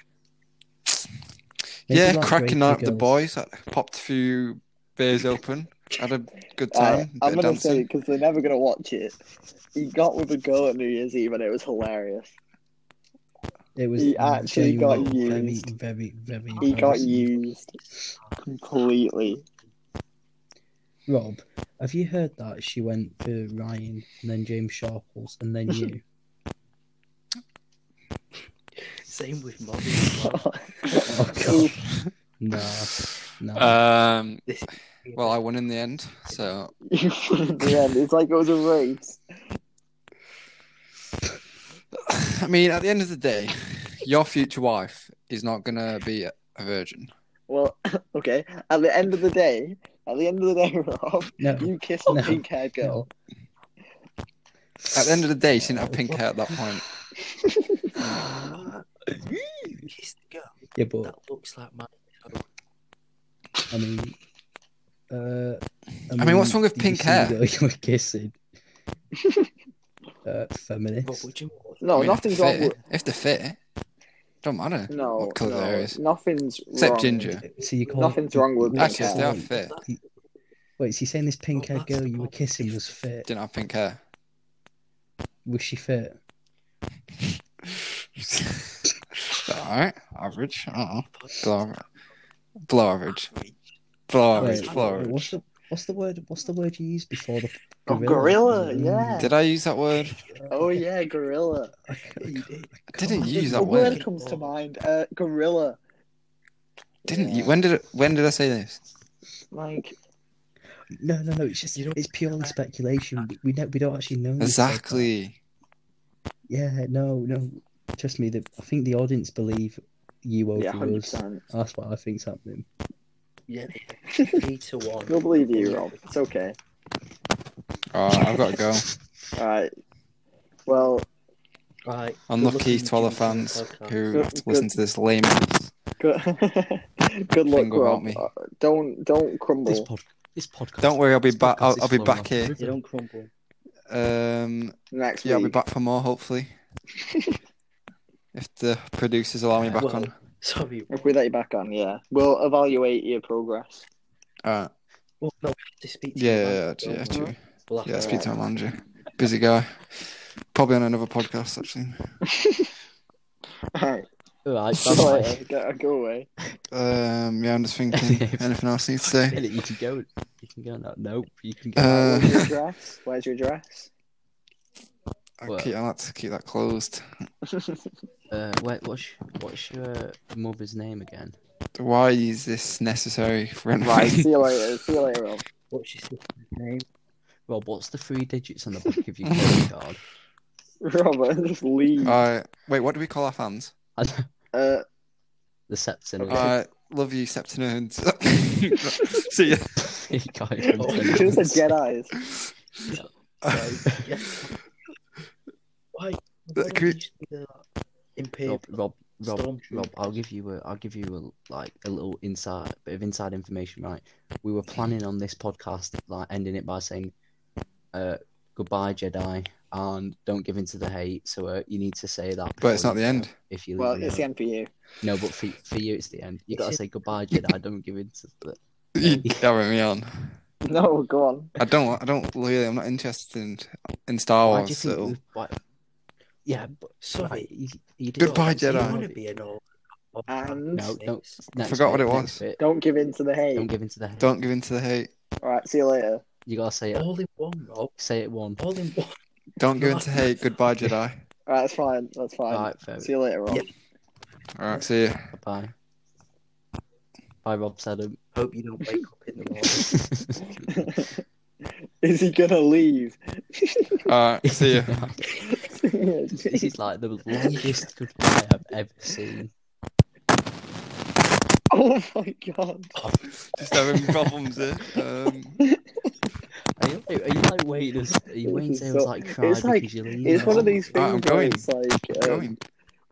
[SPEAKER 4] Maybe
[SPEAKER 3] yeah,
[SPEAKER 4] like
[SPEAKER 3] cracking
[SPEAKER 4] Grateful
[SPEAKER 3] out with the
[SPEAKER 4] Girls.
[SPEAKER 3] boys. I popped a few beers open. Had a good
[SPEAKER 2] Uh,
[SPEAKER 3] time. bit
[SPEAKER 2] I'm
[SPEAKER 3] of
[SPEAKER 2] gonna say
[SPEAKER 3] dancing.
[SPEAKER 2] because they're never gonna watch it. He got with a girl at New Year's Eve, and it was hilarious.
[SPEAKER 4] It was
[SPEAKER 2] He actually got
[SPEAKER 4] genuinely
[SPEAKER 2] used.
[SPEAKER 4] Very, very,
[SPEAKER 3] Oh,
[SPEAKER 4] very.
[SPEAKER 2] He got
[SPEAKER 4] embarrassing.
[SPEAKER 2] used completely.
[SPEAKER 4] Rob, have you heard that she went for Ryan and then James Sharples and then you?
[SPEAKER 1] Same with Rob. as well.
[SPEAKER 4] oh god, no, no.
[SPEAKER 3] Um,
[SPEAKER 1] This-
[SPEAKER 3] well, I won in the end. So
[SPEAKER 2] You put it in the end. It's like it was a race.
[SPEAKER 3] I mean, at the end of the day, your future wife is not gonna be a a virgin.
[SPEAKER 2] Well, okay. At the end of the day, at the end of the day, Rob,
[SPEAKER 4] no,
[SPEAKER 2] you kissed a
[SPEAKER 4] No.
[SPEAKER 2] pink-haired girl.
[SPEAKER 3] At the end of the day, she didn't have pink hair at that point.
[SPEAKER 1] Kiss the girl.
[SPEAKER 4] yeah, but
[SPEAKER 1] That looks like my.
[SPEAKER 4] I mean, uh,
[SPEAKER 3] I mean, what's wrong with
[SPEAKER 4] did you
[SPEAKER 3] pink
[SPEAKER 4] see the
[SPEAKER 3] hair?
[SPEAKER 4] girl You were kissing. uh,
[SPEAKER 1] Rob,
[SPEAKER 4] feminist.
[SPEAKER 1] would you?
[SPEAKER 2] No,
[SPEAKER 3] I mean, if
[SPEAKER 2] Oh, nothing's
[SPEAKER 3] they're
[SPEAKER 2] wrong with.
[SPEAKER 3] fit, if they're fit, don't matter.
[SPEAKER 2] No,
[SPEAKER 3] What colour
[SPEAKER 2] no,
[SPEAKER 3] there is.
[SPEAKER 2] nothing's
[SPEAKER 3] Except
[SPEAKER 2] wrong.
[SPEAKER 3] ginger.
[SPEAKER 4] So you call
[SPEAKER 2] Nothing's wrong with
[SPEAKER 4] Wait,
[SPEAKER 2] pink Oh,
[SPEAKER 3] Actually, if they
[SPEAKER 2] hair.
[SPEAKER 3] are fit,
[SPEAKER 4] Wait, so you're saying this pink haired
[SPEAKER 1] that's
[SPEAKER 4] girl
[SPEAKER 1] the
[SPEAKER 4] you were
[SPEAKER 1] problem.
[SPEAKER 4] kissing was fit?
[SPEAKER 3] didn't have pink hair.
[SPEAKER 4] Was she fit?
[SPEAKER 3] Alright, average. I don't know. Below, below average. Below average.
[SPEAKER 4] Oh, Wait,
[SPEAKER 3] Below
[SPEAKER 4] wait, what's
[SPEAKER 3] average.
[SPEAKER 4] the what's the word what's the word you used before the
[SPEAKER 2] Oh, gorilla,
[SPEAKER 4] Mm,
[SPEAKER 2] yeah.
[SPEAKER 3] Did I use that word?
[SPEAKER 2] Oh yeah, gorilla.
[SPEAKER 4] I can't- I
[SPEAKER 3] didn't
[SPEAKER 4] can't-
[SPEAKER 3] you- Use
[SPEAKER 2] a
[SPEAKER 3] that
[SPEAKER 2] word
[SPEAKER 3] word.
[SPEAKER 2] comes to mind. Uh, gorilla.
[SPEAKER 3] Didn't
[SPEAKER 2] Yeah.
[SPEAKER 3] you? When did when did I say this?
[SPEAKER 2] Like,
[SPEAKER 4] No, no, no. It's just
[SPEAKER 1] You don't-
[SPEAKER 4] it's purely speculation. We- We don't we don't actually know. this stuff.
[SPEAKER 3] Exactly.
[SPEAKER 4] Yeah. No. No. Trust me. That I think the audience believe you over
[SPEAKER 2] yeah, hundred
[SPEAKER 4] us.
[SPEAKER 2] percent.
[SPEAKER 4] That's what I think's happening.
[SPEAKER 1] Yeah, three to one.
[SPEAKER 2] We'll believe you, Rob. It's okay.
[SPEAKER 3] Oh, I've got to go.
[SPEAKER 2] All right. Well,
[SPEAKER 1] Right.
[SPEAKER 3] Unlucky to all the fans
[SPEAKER 1] uh,
[SPEAKER 3] who have to listen to this lame.
[SPEAKER 2] good. good luck,
[SPEAKER 3] Think about
[SPEAKER 2] Rob.
[SPEAKER 3] me.
[SPEAKER 2] Uh, Don't don't crumble.
[SPEAKER 1] This, pod, this podcast.
[SPEAKER 3] Don't worry, I'll be
[SPEAKER 1] this
[SPEAKER 3] back.
[SPEAKER 1] podcast
[SPEAKER 3] I'll,
[SPEAKER 1] is
[SPEAKER 3] I'll be
[SPEAKER 1] flowing
[SPEAKER 3] back
[SPEAKER 1] off
[SPEAKER 3] here.
[SPEAKER 1] the river.
[SPEAKER 4] don't crumble.
[SPEAKER 3] Um,
[SPEAKER 2] Next
[SPEAKER 3] yeah, I'll be
[SPEAKER 2] week.
[SPEAKER 3] back for more hopefully. if the producers allow me back
[SPEAKER 1] Well-
[SPEAKER 3] on.
[SPEAKER 1] Sorry.
[SPEAKER 2] If we let you back on, yeah, we'll evaluate your progress.
[SPEAKER 3] Alright.
[SPEAKER 1] Well, no, we have to speak to the
[SPEAKER 3] yeah, Uh, yeah,
[SPEAKER 1] manager.
[SPEAKER 3] yeah, yeah, true.
[SPEAKER 1] We'll have
[SPEAKER 3] Yeah,
[SPEAKER 1] to-
[SPEAKER 3] speak to my manager. Busy guy. Probably on another podcast actually.
[SPEAKER 2] All right.
[SPEAKER 1] All right,
[SPEAKER 2] Go
[SPEAKER 1] bye-bye.
[SPEAKER 2] away. Go, go away.
[SPEAKER 3] Um, yeah, I'm just thinking. anything else you need to say?
[SPEAKER 4] You can go. You can go now. Nope. You can
[SPEAKER 3] go. Uh,
[SPEAKER 2] Where's your address? Where's your address?
[SPEAKER 3] I
[SPEAKER 4] Well-
[SPEAKER 3] keep, I like to keep that closed.
[SPEAKER 4] Uh, wait, what's what's your mother's name again?
[SPEAKER 3] Why is this necessary for anything?
[SPEAKER 2] Right. See you later. See you later, Rob.
[SPEAKER 1] What's your sister's name?
[SPEAKER 4] Rob, what's the three digits on the back of your credit card?
[SPEAKER 2] Robert, just leave.
[SPEAKER 3] Alright. Wait, what do we call our fans?
[SPEAKER 4] I don't-
[SPEAKER 2] Uh,
[SPEAKER 4] the septon.
[SPEAKER 2] Okay.
[SPEAKER 3] Alright. Love you, Septinoons. See ya.
[SPEAKER 2] Oh, who's the Jedi's?
[SPEAKER 1] Why?
[SPEAKER 3] But
[SPEAKER 1] why
[SPEAKER 3] can we-
[SPEAKER 1] did you say that? Imperial
[SPEAKER 4] Rob, Rob, Rob,
[SPEAKER 1] Stormtrooper.
[SPEAKER 4] Rob, I'll give you a, I'll give you a like a little inside bit of inside information. Right, we were planning on this podcast like ending it by saying, uh, "Goodbye, Jedi," and don't give in to the hate. So uh, you need to say that.
[SPEAKER 3] But it's
[SPEAKER 4] before
[SPEAKER 3] not
[SPEAKER 4] you
[SPEAKER 3] the
[SPEAKER 4] go,
[SPEAKER 3] end.
[SPEAKER 4] If you
[SPEAKER 2] Well,
[SPEAKER 4] leave
[SPEAKER 2] it's the end for you.
[SPEAKER 4] no, but for, for you, it's the end. You gotta
[SPEAKER 1] It's-
[SPEAKER 4] say goodbye, Jedi. Don't give in to the.
[SPEAKER 3] You carry me on.
[SPEAKER 2] No, go on.
[SPEAKER 3] I don't. I don't really. I'm not interested in in Star
[SPEAKER 4] Why do you
[SPEAKER 3] Wars.
[SPEAKER 4] think?
[SPEAKER 3] at all.
[SPEAKER 4] we- Why,
[SPEAKER 1] Yeah, but sorry.
[SPEAKER 4] right, you, you did-
[SPEAKER 3] Goodbye,
[SPEAKER 1] You
[SPEAKER 3] Jedi.
[SPEAKER 1] want to be an old.
[SPEAKER 2] And
[SPEAKER 4] No, don't.
[SPEAKER 3] I
[SPEAKER 4] next
[SPEAKER 3] forgot what
[SPEAKER 4] bit,
[SPEAKER 3] it
[SPEAKER 4] next
[SPEAKER 3] was.
[SPEAKER 4] bit.
[SPEAKER 2] don't give in to the
[SPEAKER 4] Don't
[SPEAKER 2] hate.
[SPEAKER 4] give in to the hate.
[SPEAKER 3] Don't give in to the hate.
[SPEAKER 2] All right. See you later.
[SPEAKER 4] You gotta say it.
[SPEAKER 1] All in one, Rob.
[SPEAKER 4] Say it one.
[SPEAKER 1] All in one.
[SPEAKER 3] Don't give in to hate. Goodbye, Jedi.
[SPEAKER 2] All right. That's fine. That's fine.
[SPEAKER 4] All right, fair.
[SPEAKER 2] See you later, Rob.
[SPEAKER 1] Yeah.
[SPEAKER 3] All right. See ya.
[SPEAKER 4] Bye. Bye, Rob Saddam.
[SPEAKER 1] Hope you don't wake up in the morning.
[SPEAKER 2] Is he gonna leave?
[SPEAKER 3] All right. See ya.
[SPEAKER 4] this is like the longest goodbye I've ever seen.
[SPEAKER 2] oh my god.
[SPEAKER 3] Just having problems here. Um,
[SPEAKER 4] Are you, like- are you like waiting? us- Are you
[SPEAKER 2] This
[SPEAKER 4] waiting
[SPEAKER 2] is
[SPEAKER 4] until it's
[SPEAKER 2] so-
[SPEAKER 4] like
[SPEAKER 2] it's
[SPEAKER 4] cried
[SPEAKER 2] like-
[SPEAKER 4] because you leave?
[SPEAKER 2] It's one of these
[SPEAKER 3] All right,
[SPEAKER 2] things
[SPEAKER 3] I'm
[SPEAKER 2] where
[SPEAKER 3] going.
[SPEAKER 2] it's like um,
[SPEAKER 3] going.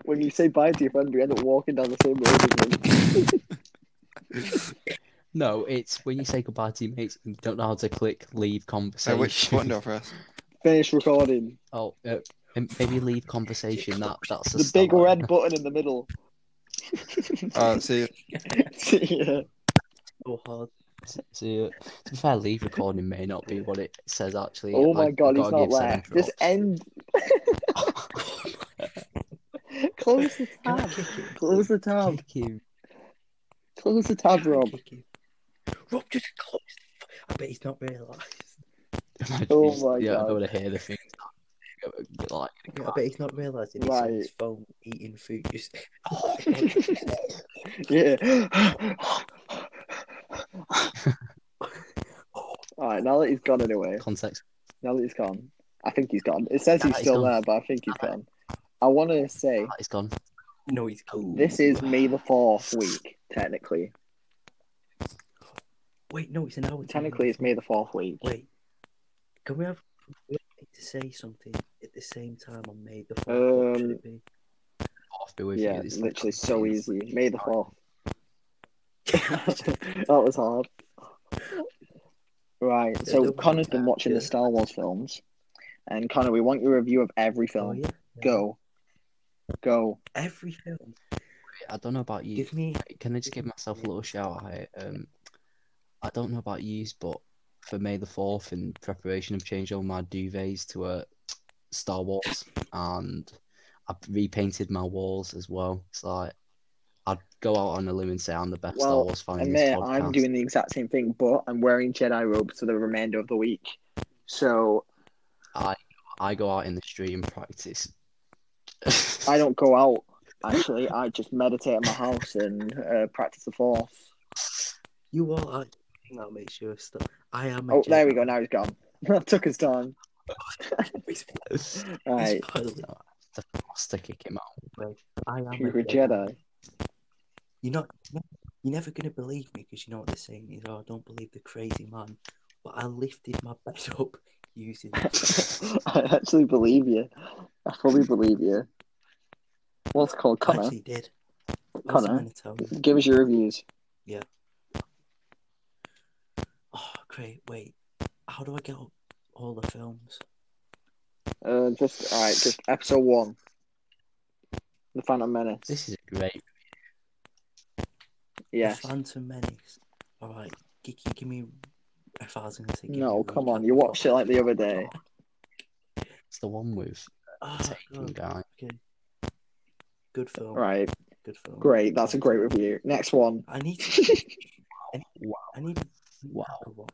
[SPEAKER 2] when you say bye to your friend, you end up walking down the same road as them.
[SPEAKER 4] No, it's when you say goodbye to your mates and you don't know how to click leave
[SPEAKER 3] So
[SPEAKER 4] conversation.
[SPEAKER 3] which button do I press?
[SPEAKER 2] Finish recording.
[SPEAKER 4] oh, uh, m- maybe leave conversation. That that's a
[SPEAKER 2] The big
[SPEAKER 4] start.
[SPEAKER 2] red button in the middle.
[SPEAKER 3] All right. See ya.
[SPEAKER 2] yeah.
[SPEAKER 1] so hard.
[SPEAKER 4] So, to be fair, leave recording may not be what it says actually.
[SPEAKER 2] Oh
[SPEAKER 4] Like,
[SPEAKER 2] my
[SPEAKER 4] you've
[SPEAKER 2] god, he's
[SPEAKER 4] gotta
[SPEAKER 2] not
[SPEAKER 4] give seven
[SPEAKER 2] left. Just
[SPEAKER 4] drops.
[SPEAKER 2] end. Close the
[SPEAKER 1] Can I
[SPEAKER 2] tab.
[SPEAKER 1] kick him?
[SPEAKER 2] Close the tab.
[SPEAKER 4] Kick him.
[SPEAKER 2] Close the tab,
[SPEAKER 1] Can I
[SPEAKER 2] Rob.
[SPEAKER 1] kick him? Rob just closed. the f- I bet he's not realised.
[SPEAKER 2] Oh
[SPEAKER 4] Just-
[SPEAKER 2] my
[SPEAKER 4] yeah, I
[SPEAKER 2] God.
[SPEAKER 4] don't want to hear the thing. Like,
[SPEAKER 1] I bet he's not realising he's on his
[SPEAKER 2] Right.
[SPEAKER 1] phone eating food. Just Oh,
[SPEAKER 2] Yeah. Alright, now that he's gone anyway,
[SPEAKER 4] context.
[SPEAKER 2] now that he's gone, I think he's gone. It says
[SPEAKER 4] Nah,
[SPEAKER 2] he's
[SPEAKER 4] he's
[SPEAKER 2] still
[SPEAKER 4] gone.
[SPEAKER 2] there, but I think he's gone. I want to say
[SPEAKER 4] It's gone.
[SPEAKER 1] no, he's cool.
[SPEAKER 2] this is May the 4th week, technically.
[SPEAKER 1] Wait, no, it's an hour.
[SPEAKER 2] Technically, it's May the 4th week.
[SPEAKER 1] Wait, can we have we need to say something at the same time on May the
[SPEAKER 2] Um,
[SPEAKER 1] fourth? should it be?
[SPEAKER 4] Off be with
[SPEAKER 2] Yeah,
[SPEAKER 4] you. It's like-
[SPEAKER 2] literally so easy. May the 4th.
[SPEAKER 1] Oh,
[SPEAKER 2] that was hard. Right, so
[SPEAKER 1] don't
[SPEAKER 2] Connor's
[SPEAKER 1] worry,
[SPEAKER 2] been
[SPEAKER 1] Dad,
[SPEAKER 2] watching the
[SPEAKER 1] yeah.
[SPEAKER 2] Star Wars films. And Connor, we want your review of every
[SPEAKER 1] Oh
[SPEAKER 2] film.
[SPEAKER 1] yeah,
[SPEAKER 2] Go. Go.
[SPEAKER 1] every film.
[SPEAKER 4] I don't know about you.
[SPEAKER 1] Give me
[SPEAKER 4] Can I just give myself a little shout out? Um, I don't know about you, but for May the fourth, in preparation, I've changed all my duvets to uh, Star Wars, and I've repainted my walls as well. It's like I'd go out on a limb and say I'm the best Star
[SPEAKER 2] Well,
[SPEAKER 4] Wars fan in
[SPEAKER 2] And
[SPEAKER 4] this
[SPEAKER 2] mate,
[SPEAKER 4] podcast.
[SPEAKER 2] I'm doing the exact same thing, but I'm wearing Jedi robes for the remainder of the week. So
[SPEAKER 4] I go out in the street and practice.
[SPEAKER 2] Ah. I don't go out. Actually, I just meditate in my house and uh, practice the fourth.
[SPEAKER 1] You all are. No, make sure stop. I am. a
[SPEAKER 2] Oh, there we go.
[SPEAKER 1] Gemini.
[SPEAKER 2] Now he's gone. that took his time.
[SPEAKER 1] It's- it's
[SPEAKER 2] All right,
[SPEAKER 1] part of the-
[SPEAKER 4] No, the foster kick him out.
[SPEAKER 1] I am.
[SPEAKER 2] you're a Jedi.
[SPEAKER 1] You're not. You're never gonna believe me because you know what they're saying is, "Oh, don't believe the crazy man." But I lifted my bed up using.
[SPEAKER 2] I actually believe you. I fully believe you. What's it called
[SPEAKER 1] I
[SPEAKER 2] Connor?
[SPEAKER 1] actually did. What's
[SPEAKER 2] Connor?
[SPEAKER 1] it gonna tell you?
[SPEAKER 2] Give us your reviews.
[SPEAKER 1] Oh, great. Wait. How do I get up all the films?
[SPEAKER 2] Uh, just all right. Just episode one. The Phantom Menace.
[SPEAKER 4] This is a great.
[SPEAKER 1] The
[SPEAKER 2] yes.
[SPEAKER 1] Phantom Menace. All right. Give, give me. If I was gonna say. give me
[SPEAKER 2] No,
[SPEAKER 1] a
[SPEAKER 2] come
[SPEAKER 1] recap,
[SPEAKER 2] on. You
[SPEAKER 1] I
[SPEAKER 2] watched it
[SPEAKER 1] forgot.
[SPEAKER 2] like the other day.
[SPEAKER 4] It's the one with
[SPEAKER 1] Ah,
[SPEAKER 4] taking
[SPEAKER 1] God.
[SPEAKER 4] guy.
[SPEAKER 1] Good film.
[SPEAKER 2] Right.
[SPEAKER 1] Good film.
[SPEAKER 2] Great. That's a great review. Next one.
[SPEAKER 1] I need. To,
[SPEAKER 4] Wow.
[SPEAKER 1] I need.
[SPEAKER 4] Wow.
[SPEAKER 1] What,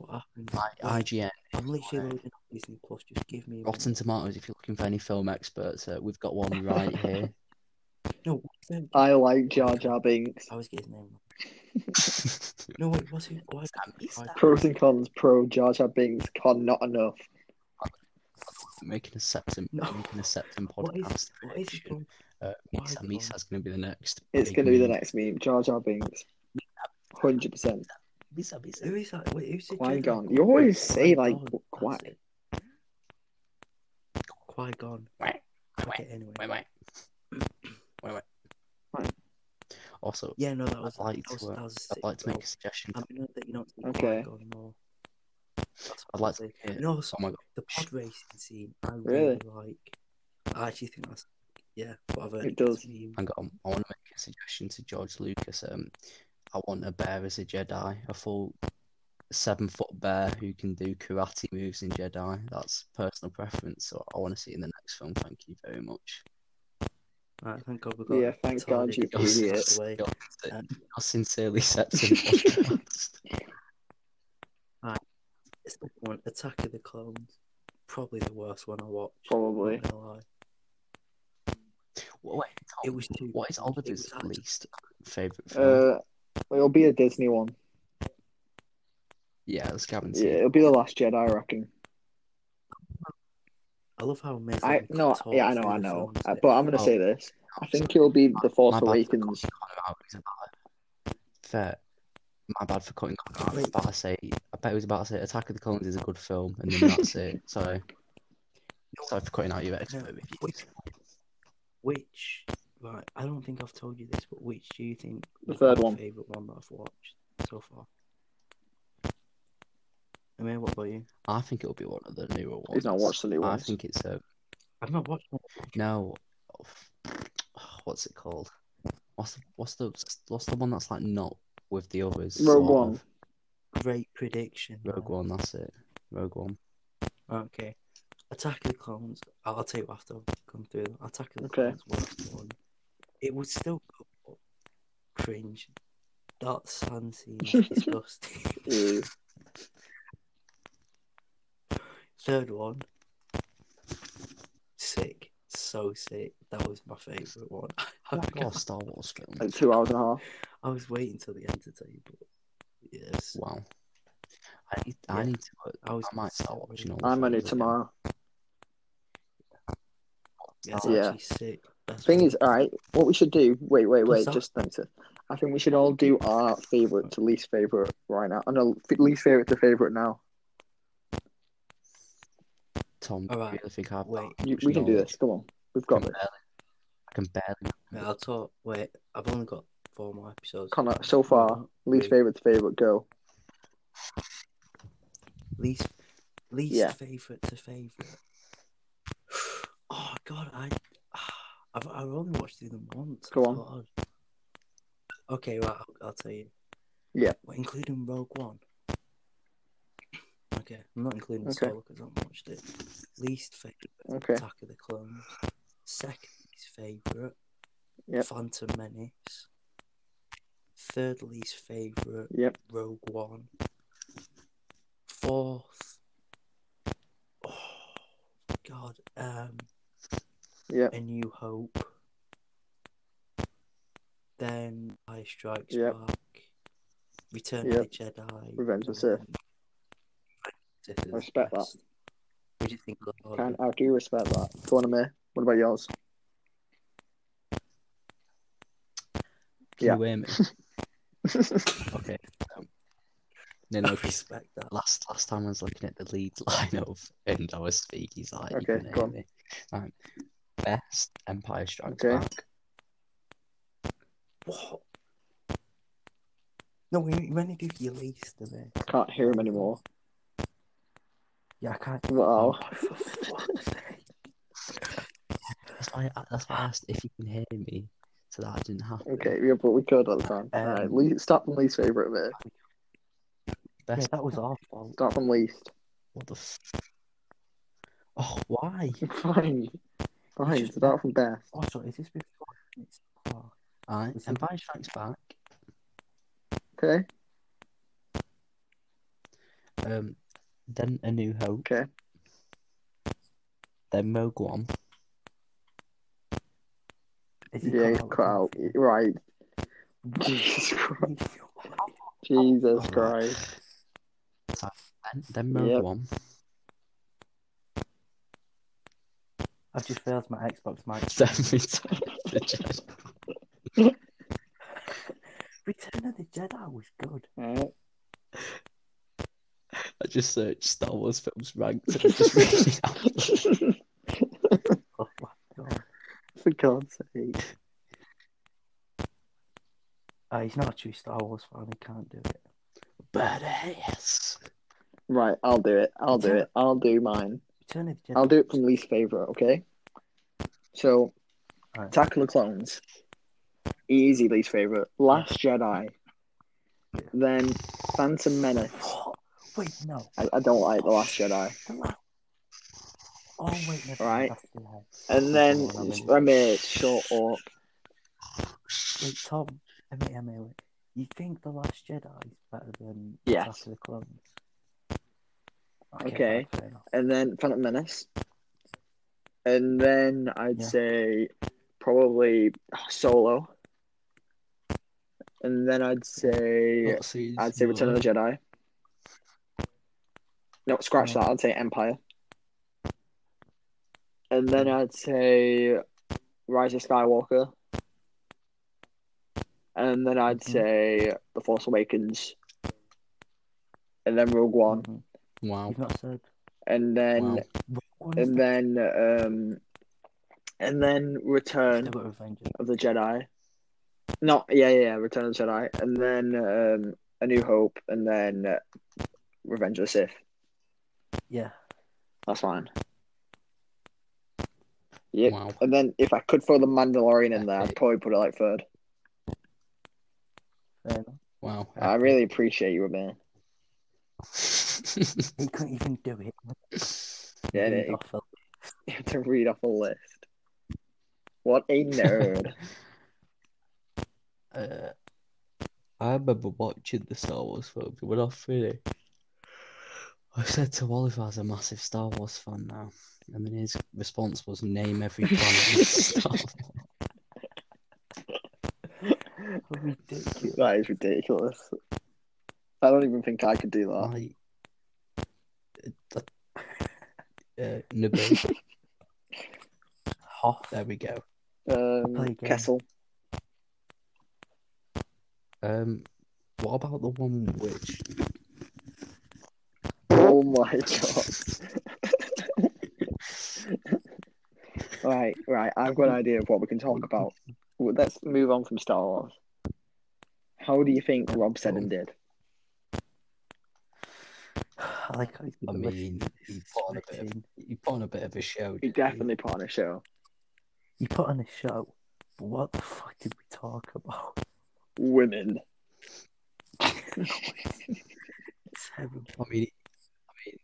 [SPEAKER 1] what happened?
[SPEAKER 4] I, IGN,
[SPEAKER 1] I'm literally
[SPEAKER 4] Right.
[SPEAKER 1] loading up Disney Plus. Just give me. a minute.
[SPEAKER 4] Rotten Tomatoes. If you're looking for any film experts, uh, we've got one right here.
[SPEAKER 1] No. what's that?
[SPEAKER 2] I like Jar Jar Binks.
[SPEAKER 1] I was getting name wrong. No, wait. What's it? Why? why-
[SPEAKER 2] Pros and cons. Pro Jar Jar Binks. Con not enough.
[SPEAKER 4] making a septum,
[SPEAKER 1] No.
[SPEAKER 4] making a septum
[SPEAKER 1] What is?
[SPEAKER 4] podcast.
[SPEAKER 1] What is it?
[SPEAKER 4] edition. Uh,
[SPEAKER 1] Why is
[SPEAKER 4] Misa,
[SPEAKER 1] it
[SPEAKER 4] Misa's going to be the next.
[SPEAKER 2] It's
[SPEAKER 4] big
[SPEAKER 2] going to be the
[SPEAKER 4] meme.
[SPEAKER 2] next meme. Jar Jar Binks. Hundred percent.
[SPEAKER 4] Misa,
[SPEAKER 1] Who
[SPEAKER 4] Misa.
[SPEAKER 1] is that? Wait, who's the
[SPEAKER 2] Qui
[SPEAKER 1] Jedi?
[SPEAKER 2] Gon. You always say like
[SPEAKER 1] Qui-Gon,
[SPEAKER 2] Qui.
[SPEAKER 1] that's it. Qui-Gon.
[SPEAKER 4] Wait,
[SPEAKER 1] Okay, anyway.
[SPEAKER 4] wait, wait, wait, wait.
[SPEAKER 2] Right.
[SPEAKER 4] Also,
[SPEAKER 1] Yeah, no, that
[SPEAKER 4] I'd
[SPEAKER 1] was. That
[SPEAKER 4] like
[SPEAKER 1] was,
[SPEAKER 4] to, uh,
[SPEAKER 1] that was a
[SPEAKER 4] I'd
[SPEAKER 1] sick
[SPEAKER 4] like to make
[SPEAKER 1] film.
[SPEAKER 4] a suggestion.
[SPEAKER 1] I'm annoyed that you don't see
[SPEAKER 2] Okay.
[SPEAKER 1] Qui-Gon more. That's what
[SPEAKER 4] I'd like
[SPEAKER 1] I'd
[SPEAKER 4] to.
[SPEAKER 1] say.
[SPEAKER 4] hear-
[SPEAKER 1] And also,
[SPEAKER 4] Oh my god.
[SPEAKER 1] the pod racing scene, I really,
[SPEAKER 2] Really?
[SPEAKER 1] like. I actually think that's yeah, whatever.
[SPEAKER 2] It does.
[SPEAKER 4] Hang on. I want to make a suggestion to George Lucas. Um, I want a bear as a Jedi, a full seven foot bear who can do karate moves in Jedi. That's personal preference. So I want to see it in the next film. Thank you very much.
[SPEAKER 1] Right, thank God we got.
[SPEAKER 2] Yeah,
[SPEAKER 1] a
[SPEAKER 2] thank God
[SPEAKER 1] retarded
[SPEAKER 2] you
[SPEAKER 1] guy out
[SPEAKER 2] idiot.
[SPEAKER 1] of the way.
[SPEAKER 4] Your,
[SPEAKER 1] Um,
[SPEAKER 4] your sincerely septum podcast.
[SPEAKER 1] It's the one Attack of the Clones, probably the worst one I watched.
[SPEAKER 2] Probably.
[SPEAKER 1] Not gonna lie.
[SPEAKER 4] Well, wait, Tom,
[SPEAKER 1] It was too.
[SPEAKER 4] what is
[SPEAKER 1] it
[SPEAKER 4] Oliver's
[SPEAKER 1] was actually-
[SPEAKER 4] least favourite film?
[SPEAKER 2] Uh, it'll be a Disney one.
[SPEAKER 4] yeah, let's guarantee.
[SPEAKER 2] Yeah, it'll be the Last Jedi, I reckon.
[SPEAKER 1] I love how amazing.
[SPEAKER 2] I no, yeah, I know, I know. Uh, But I'm gonna
[SPEAKER 4] Oh.
[SPEAKER 2] say this. I think it'll be the Force
[SPEAKER 4] My bad.
[SPEAKER 2] Awakens.
[SPEAKER 4] Connor out is about fair. My bad for cutting Connor out. I was
[SPEAKER 1] Wait.
[SPEAKER 4] about to say. I bet I was about to say Attack of the Clones is a good film, and then that's it. Sorry. Sorry for cutting out your expert
[SPEAKER 1] No,
[SPEAKER 4] reviews.
[SPEAKER 1] which, which right? I don't think I've told you this, but which do you think
[SPEAKER 2] The
[SPEAKER 1] was
[SPEAKER 2] third
[SPEAKER 1] my
[SPEAKER 2] one.
[SPEAKER 1] favorite one that I've watched so far? I mean, what about you?
[SPEAKER 4] I think it'll be one of the newer ones.
[SPEAKER 2] He's not watched the new
[SPEAKER 4] I
[SPEAKER 2] ones.
[SPEAKER 4] think it's a
[SPEAKER 1] I've not watched. One.
[SPEAKER 4] no. What's it called? What's the, what's the what's the one that's like not with the others?
[SPEAKER 2] Rogue
[SPEAKER 4] sort
[SPEAKER 2] One.
[SPEAKER 4] of?
[SPEAKER 1] Great prediction.
[SPEAKER 4] Rogue One. That's it. Rogue One.
[SPEAKER 1] Okay. Attack of the Clones. I'll, I'll tell you after I've come through. them. Attack of the
[SPEAKER 2] Okay.
[SPEAKER 1] Clones was one. It was still good, but cringe. That sand scene is disgusting.
[SPEAKER 2] Ew.
[SPEAKER 1] Third one. Sick. So sick. That was my favourite one. I,
[SPEAKER 4] That
[SPEAKER 1] forgot-
[SPEAKER 4] Oh, Star Wars film.
[SPEAKER 2] Like two hours and a half.
[SPEAKER 1] I was waiting till the end to tell you, but yes.
[SPEAKER 4] Wow. I need,
[SPEAKER 1] Yeah.
[SPEAKER 4] I need to. uh,
[SPEAKER 1] I was
[SPEAKER 4] I might start
[SPEAKER 1] so-
[SPEAKER 4] watching all. the
[SPEAKER 2] I'm on it
[SPEAKER 4] films again.
[SPEAKER 2] tomorrow.
[SPEAKER 1] It's
[SPEAKER 2] Yeah.
[SPEAKER 1] actually sick. That's
[SPEAKER 2] Thing
[SPEAKER 1] what-
[SPEAKER 2] is, all right. What we should do? Wait, wait,
[SPEAKER 1] What's
[SPEAKER 2] wait.
[SPEAKER 1] that?
[SPEAKER 2] Just think. to- I think we should all do our favorite to least favorite right now. Oh, no, f- least favorite to favorite now.
[SPEAKER 4] Tom,
[SPEAKER 1] All
[SPEAKER 4] I
[SPEAKER 1] right.
[SPEAKER 4] really think I've got
[SPEAKER 1] Wait.
[SPEAKER 2] You,
[SPEAKER 4] much
[SPEAKER 2] we can do
[SPEAKER 4] knowledge.
[SPEAKER 2] this. Come on, we've
[SPEAKER 4] I
[SPEAKER 2] got
[SPEAKER 4] can
[SPEAKER 2] this.
[SPEAKER 4] barely. I can barely.
[SPEAKER 1] Mate, I'll talk. Wait, I've only got four more episodes.
[SPEAKER 2] Connor, so far, least
[SPEAKER 1] Wait.
[SPEAKER 2] favorite to favorite. Go.
[SPEAKER 1] Least least
[SPEAKER 2] Yeah.
[SPEAKER 1] favorite to favorite. Oh God, I I've I've only watched through them once.
[SPEAKER 2] Go on.
[SPEAKER 1] God. Okay, right. I'll, I'll tell you.
[SPEAKER 2] Yeah.
[SPEAKER 1] We're including Rogue One. Okay, I'm not including
[SPEAKER 2] Okay.
[SPEAKER 1] Solo because I haven't watched it. Least favorite.
[SPEAKER 2] Okay.
[SPEAKER 1] Attack of the Clones. Second least favorite.
[SPEAKER 2] Yep.
[SPEAKER 1] Phantom Menace. Third least favorite.
[SPEAKER 2] Yep.
[SPEAKER 1] Rogue One. Fourth. Oh God. Um.
[SPEAKER 2] Yep.
[SPEAKER 1] A New Hope. then Empire Strikes
[SPEAKER 2] Yep.
[SPEAKER 1] Back, Return of
[SPEAKER 2] Yep.
[SPEAKER 1] the Jedi,
[SPEAKER 2] Revenge of the Sith.
[SPEAKER 1] Sith is
[SPEAKER 2] Respect that.
[SPEAKER 1] best. What do you think? Lord?
[SPEAKER 2] Can, I do respect that. Go on, Amir. What about yours?
[SPEAKER 4] Can
[SPEAKER 2] Yeah.
[SPEAKER 4] you hear me? okay. Um, no, no,
[SPEAKER 1] I
[SPEAKER 4] 'cause
[SPEAKER 1] respect that.
[SPEAKER 4] last last time I was looking at the lead lineup and I was speaking, he's like,
[SPEAKER 2] Okay,
[SPEAKER 4] you can
[SPEAKER 2] go
[SPEAKER 4] hear
[SPEAKER 2] on.
[SPEAKER 4] me. Um, best Empire Strikes
[SPEAKER 2] Okay.
[SPEAKER 4] Back.
[SPEAKER 1] What? No, we you meant to do your least of it.
[SPEAKER 2] Can't hear him anymore.
[SPEAKER 1] Yeah, I can't.
[SPEAKER 2] Wow.
[SPEAKER 1] For fuck's sake.
[SPEAKER 4] That's why I, that's why I asked if you can hear me, so that didn't happen.
[SPEAKER 2] Okay, yeah, but we could at the time.
[SPEAKER 1] Um,
[SPEAKER 2] All right, le- start from least favorite, Amir.
[SPEAKER 1] Yeah,
[SPEAKER 4] Best.
[SPEAKER 1] that was our fault.
[SPEAKER 2] Start from least.
[SPEAKER 4] What the? F- oh, why?
[SPEAKER 2] Fine. Fine. Start from best.
[SPEAKER 1] Also, is this before it's oh,
[SPEAKER 4] Alright,
[SPEAKER 1] Is it-
[SPEAKER 4] Empire Strikes Back.
[SPEAKER 2] Okay.
[SPEAKER 4] Um, then A New Hope.
[SPEAKER 2] Okay.
[SPEAKER 4] Then Rogue One.
[SPEAKER 1] is it
[SPEAKER 2] Yeah,
[SPEAKER 1] cut
[SPEAKER 2] cut out.
[SPEAKER 1] something?
[SPEAKER 2] Right. Jesus Christ. Jesus
[SPEAKER 1] Oh,
[SPEAKER 2] Christ.
[SPEAKER 4] So then, then Rogue
[SPEAKER 2] Yep.
[SPEAKER 4] One.
[SPEAKER 1] I've just realised my Xbox mic.
[SPEAKER 4] Then Return
[SPEAKER 1] Return of
[SPEAKER 4] of the Jedi.
[SPEAKER 1] the Jedi was good.
[SPEAKER 2] All right.
[SPEAKER 4] I just searched Star Wars films ranked and I just read it out.
[SPEAKER 1] Oh my god.
[SPEAKER 2] For God's sake.
[SPEAKER 1] Uh, he's not a true Star Wars fan. He can't do it.
[SPEAKER 4] But yes.
[SPEAKER 2] Right, I'll do it. I'll do it. I'll do mine.
[SPEAKER 1] Return of the Jedi.
[SPEAKER 2] I'll do it from least favorite, okay? So,
[SPEAKER 1] Alright.
[SPEAKER 2] Attack of the Clones, easy least favorite. Last Jedi, then Phantom Menace.
[SPEAKER 1] What? Wait, no.
[SPEAKER 2] I, I don't like The Last Jedi.
[SPEAKER 1] The la- Oh wait, no.
[SPEAKER 2] Right.
[SPEAKER 1] That's the head.
[SPEAKER 2] And then,
[SPEAKER 1] Oh, I mean-
[SPEAKER 2] Ramir, shut up.
[SPEAKER 1] Wait, Tom. Emily, Emily, wait. You think the Last Jedi is better than
[SPEAKER 2] Yes.
[SPEAKER 1] Attack of the Clones?
[SPEAKER 2] Okay.
[SPEAKER 1] right, fair enough.
[SPEAKER 2] And then Phantom Menace. And then I'd
[SPEAKER 1] Yeah.
[SPEAKER 2] say probably Solo. And then I'd say
[SPEAKER 4] What series
[SPEAKER 2] I'd say
[SPEAKER 4] you
[SPEAKER 2] Return of
[SPEAKER 4] like?
[SPEAKER 2] the Jedi. No, scratch
[SPEAKER 1] Yeah.
[SPEAKER 2] that. I'd say Empire. And then I'd say Rise of Skywalker. And then I'd
[SPEAKER 1] Mhm.
[SPEAKER 2] say The Force Awakens. And then Rogue One.
[SPEAKER 1] Mhm.
[SPEAKER 4] Wow.
[SPEAKER 1] You've not said.
[SPEAKER 2] And uh, then
[SPEAKER 4] Wow.
[SPEAKER 1] What is
[SPEAKER 2] and
[SPEAKER 1] that?
[SPEAKER 2] then um and then
[SPEAKER 1] Still
[SPEAKER 2] Return
[SPEAKER 1] got Revenge.
[SPEAKER 2] of the Jedi. No, yeah, yeah, yeah, Return of the Jedi, and then um, A New Hope, and then uh, Revenge of the Sith.
[SPEAKER 1] Yeah.
[SPEAKER 2] That's fine. Yeah,
[SPEAKER 4] Wow.
[SPEAKER 2] and then if I could throw the Mandalorian in there, I'd probably put it like third.
[SPEAKER 1] Fair enough.
[SPEAKER 4] Wow.
[SPEAKER 2] I really appreciate you, man.
[SPEAKER 1] He couldn't even do it.
[SPEAKER 2] Yeah,
[SPEAKER 1] Read
[SPEAKER 2] it-
[SPEAKER 1] off a-
[SPEAKER 2] You have to read off a list. What a nerd!
[SPEAKER 4] Uh, I remember watching the Star Wars film. It went off really. I said to Oliver, "I'm a massive Star Wars fan now," and then his response was, "Name every planet in Star Wars."
[SPEAKER 1] Ridiculous.
[SPEAKER 2] that is ridiculous. I don't even think I could do that.
[SPEAKER 4] Like, uh, uh, Nabil,
[SPEAKER 1] Hoth.
[SPEAKER 4] there we go.
[SPEAKER 1] play
[SPEAKER 2] Um,
[SPEAKER 1] a game.
[SPEAKER 2] Kessel.
[SPEAKER 4] Um, what about the one which?
[SPEAKER 2] Oh my god. right, right. I've got an idea of what we can talk about. Well, Let's move on from Star Wars. How do you think Rob Seddon did?
[SPEAKER 1] I like how he's
[SPEAKER 4] I
[SPEAKER 1] gonna
[SPEAKER 4] mean, you put on a bit of you put on a bit of a show.
[SPEAKER 2] He
[SPEAKER 4] didn't
[SPEAKER 2] definitely put on a show.
[SPEAKER 1] You put on a show, but what the fuck did we talk about?
[SPEAKER 2] Women.
[SPEAKER 1] Terrible.
[SPEAKER 4] I mean, I mean,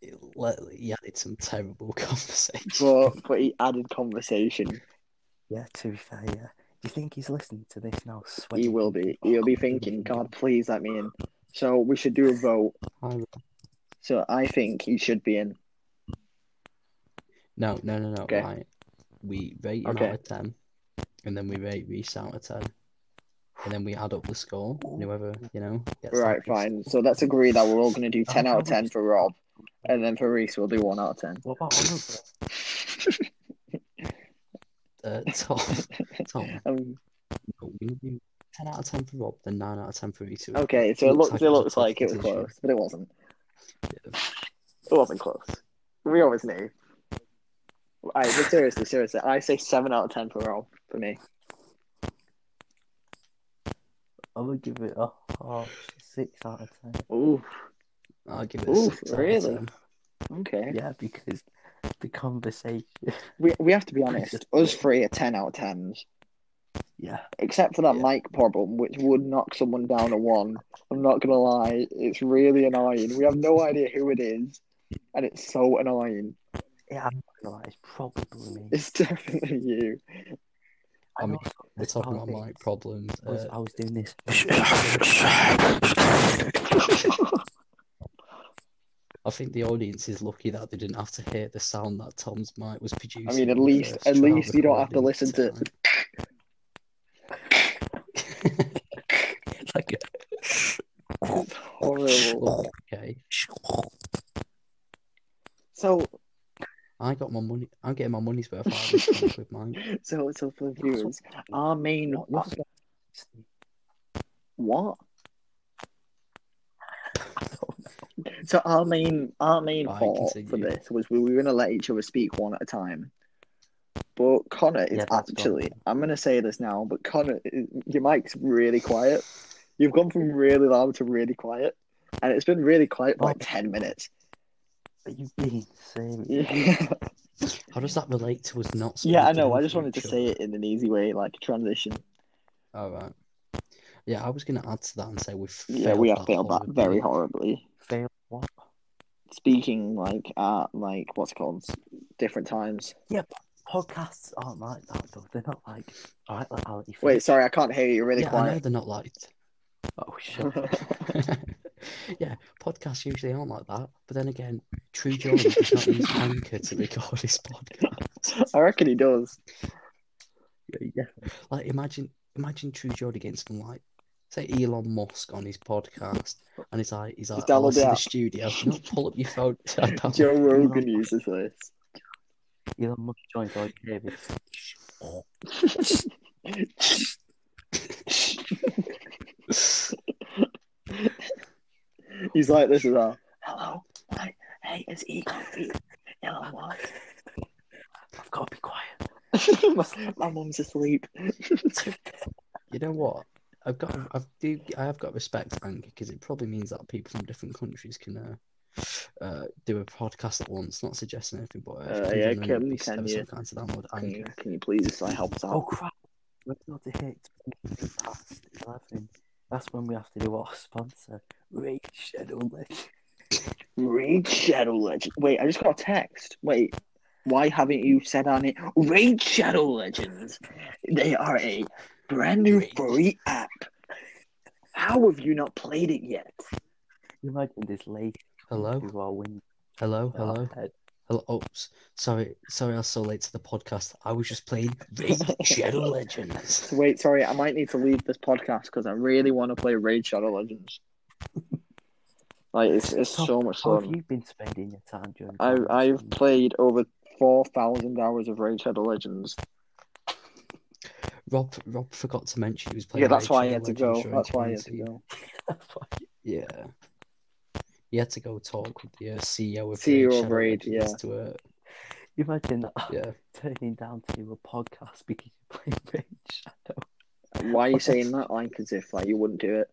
[SPEAKER 4] it, let, he added some terrible conversations.
[SPEAKER 2] But but he added conversation.
[SPEAKER 1] Yeah, to be fair, yeah. Do you think he's listening to this now?
[SPEAKER 2] He
[SPEAKER 1] sweating?
[SPEAKER 2] will be. He'll be thinking, God, please let me in. So we should do a vote.
[SPEAKER 4] I-
[SPEAKER 2] So I think he should be in.
[SPEAKER 4] No, no, no, no.
[SPEAKER 2] Okay.
[SPEAKER 4] Right. We rate him
[SPEAKER 2] Okay.
[SPEAKER 4] out of ten, and then we rate Reese out of ten, and then we add up the score. And whoever you know. Gets the
[SPEAKER 2] Right,
[SPEAKER 4] highest-
[SPEAKER 2] fine. So let's agree that we're all going to do 10 out of 10 for Rob, and then for Reese, we'll do 1 out of 10.
[SPEAKER 1] What about honourable?
[SPEAKER 4] Uh, Tom, Tom,
[SPEAKER 2] Um,
[SPEAKER 4] no, we do ten out of ten for Rob, then nine out of ten for each. So it
[SPEAKER 2] okay, so it looks, it
[SPEAKER 4] was a
[SPEAKER 2] looks like it was
[SPEAKER 4] competition.
[SPEAKER 2] close, but it wasn't.
[SPEAKER 4] Yeah.
[SPEAKER 2] It wasn't close. We always knew. I, but seriously, seriously, I say 7 out of 10 for Rob, for me.
[SPEAKER 1] I would give it a oh, six out of ten.
[SPEAKER 2] Ooh,
[SPEAKER 4] I'll give it.
[SPEAKER 2] Ooh,
[SPEAKER 4] a six out of
[SPEAKER 2] really?
[SPEAKER 4] 10.
[SPEAKER 2] okay.
[SPEAKER 1] Yeah, because the conversation.
[SPEAKER 2] We, we have to be honest. Us three are 10 out of 10s.
[SPEAKER 1] Yeah,
[SPEAKER 2] except for that
[SPEAKER 4] Yeah.
[SPEAKER 2] mic problem, which would knock someone down a one. I'm not gonna lie, it's really annoying. We have no idea who it is, and it's so annoying.
[SPEAKER 1] yeah, I'm not gonna lie, it's probably me.
[SPEAKER 2] It's definitely you.
[SPEAKER 4] I mean,
[SPEAKER 1] also-
[SPEAKER 4] We're talking about
[SPEAKER 1] thing
[SPEAKER 4] mic
[SPEAKER 1] is,
[SPEAKER 4] problems.
[SPEAKER 1] I was,
[SPEAKER 4] Uh,
[SPEAKER 1] I was doing this.
[SPEAKER 4] I think the audience is lucky that they didn't have to hear the sound that Tom's mic was producing.
[SPEAKER 2] I mean, at
[SPEAKER 4] on the
[SPEAKER 2] least-
[SPEAKER 4] first
[SPEAKER 2] at
[SPEAKER 4] trial
[SPEAKER 2] least you don't have to
[SPEAKER 4] recording
[SPEAKER 2] listen to-
[SPEAKER 4] time. like,
[SPEAKER 2] It's horrible.
[SPEAKER 4] okay,
[SPEAKER 2] So,
[SPEAKER 4] I got my money. I'm getting my money's worth out of this ten quid mine.
[SPEAKER 2] so, so for the viewers, our main what? what? So our main our main
[SPEAKER 4] Right,
[SPEAKER 2] fault for
[SPEAKER 4] continue.
[SPEAKER 2] this was we were gonna let each other speak one at a time. But Connor is
[SPEAKER 1] Yeah, that's gone.
[SPEAKER 2] actually I'm gonna say this now, but Connor is- your mic's really quiet. You've gone from really loud to really quiet. And it's been really quiet for like
[SPEAKER 1] Oh.
[SPEAKER 2] ten minutes.
[SPEAKER 1] Are you being serious?
[SPEAKER 2] Yeah,
[SPEAKER 4] How does that relate to us not?
[SPEAKER 2] yeah I
[SPEAKER 4] speaking
[SPEAKER 2] know. I
[SPEAKER 4] in
[SPEAKER 2] just wanted to
[SPEAKER 4] future?
[SPEAKER 2] say it in an easy way, like transition.
[SPEAKER 4] All right. Yeah, I was gonna add to that and say we
[SPEAKER 2] Yeah, we have failed that
[SPEAKER 4] horribly.
[SPEAKER 2] very horribly.
[SPEAKER 1] Fail what?
[SPEAKER 2] Speaking like at like what's it called different times.
[SPEAKER 1] Podcasts aren't like that though. They're not like all right, like Alex.
[SPEAKER 2] Wait, sorry, I can't hear you. You're really
[SPEAKER 4] yeah, I know
[SPEAKER 2] quiet.
[SPEAKER 4] they're not liked.
[SPEAKER 1] oh shut. up.
[SPEAKER 4] yeah, podcasts usually aren't like that. But then again, True Joy does not use Anchor to record his podcast.
[SPEAKER 2] I reckon he does.
[SPEAKER 1] yeah,
[SPEAKER 4] Like, imagine, imagine True Joy against them, like, say Elon Musk on his podcast, and he's like, he's like,
[SPEAKER 2] download
[SPEAKER 4] oh, I
[SPEAKER 2] the
[SPEAKER 4] see the
[SPEAKER 2] app."
[SPEAKER 4] studio. No, pull up your phone. I don't-
[SPEAKER 2] Joe Rogan uses this.
[SPEAKER 1] Elon Musk joined Lloyd David.
[SPEAKER 2] He's like this as well. Hello, hi, hey, it's E Coffee. Hello, Mark.
[SPEAKER 1] I've got to be quiet.
[SPEAKER 2] my, my mum's asleep.
[SPEAKER 4] You know what? I've got, I've do, I have got respect for Anchor because it probably means that people from different countries can uh, uh, do a podcast at once. Not suggesting anything, but uh, if
[SPEAKER 2] Uh,
[SPEAKER 4] people
[SPEAKER 2] yeah,
[SPEAKER 4] in the
[SPEAKER 2] can-
[SPEAKER 4] Middle East
[SPEAKER 2] can
[SPEAKER 4] ever
[SPEAKER 2] you-
[SPEAKER 4] so kind to download
[SPEAKER 2] Can you,
[SPEAKER 4] Anchor.
[SPEAKER 2] can you please like help us
[SPEAKER 1] Oh
[SPEAKER 2] out?
[SPEAKER 1] crap! We're not to hit past eleven. That's when we have to do our sponsor. Rage Shadow Legend.
[SPEAKER 2] Raid Shadow Legend. Wait, I just got a text. Wait, why haven't you said on it? Raid Shadow Legends. They are a brand new free app. How have you not played it yet?
[SPEAKER 1] Imagine this lady
[SPEAKER 4] Hello,
[SPEAKER 1] who are winning.
[SPEAKER 4] hello,
[SPEAKER 1] our
[SPEAKER 4] hello,
[SPEAKER 1] head.
[SPEAKER 4] hello. Oh, s- sorry, sorry, I was so late to the podcast. I was just playing Raid Shadow Legends.
[SPEAKER 2] So wait, sorry, I might need to leave this podcast because I really want to play Raid Shadow Legends. like it's it's
[SPEAKER 1] Tom,
[SPEAKER 2] so much
[SPEAKER 1] How have
[SPEAKER 2] fun.
[SPEAKER 1] you been spending your time during?
[SPEAKER 2] I I've
[SPEAKER 1] quarantine?
[SPEAKER 2] played over four thousand hours of Raid Shadow Legends.
[SPEAKER 4] Rob, Rob forgot to mention he was playing.
[SPEAKER 2] Yeah, that's
[SPEAKER 4] Raid
[SPEAKER 2] why I
[SPEAKER 4] Shadow
[SPEAKER 2] had to
[SPEAKER 4] Legends
[SPEAKER 2] go.
[SPEAKER 4] during
[SPEAKER 2] That's why I had to
[SPEAKER 4] quarantine.
[SPEAKER 2] go.
[SPEAKER 4] Yeah. He had to go talk with the uh, CEO of
[SPEAKER 2] CEO
[SPEAKER 4] Raid
[SPEAKER 2] E of
[SPEAKER 4] Shadow
[SPEAKER 2] Raid,
[SPEAKER 4] Legends
[SPEAKER 2] yeah.
[SPEAKER 4] to uh,
[SPEAKER 1] Imagine that.
[SPEAKER 4] yeah.
[SPEAKER 1] turning down to do a podcast because you're playing Rage Shadow.
[SPEAKER 2] Why are you saying that? Like as if like you wouldn't do it.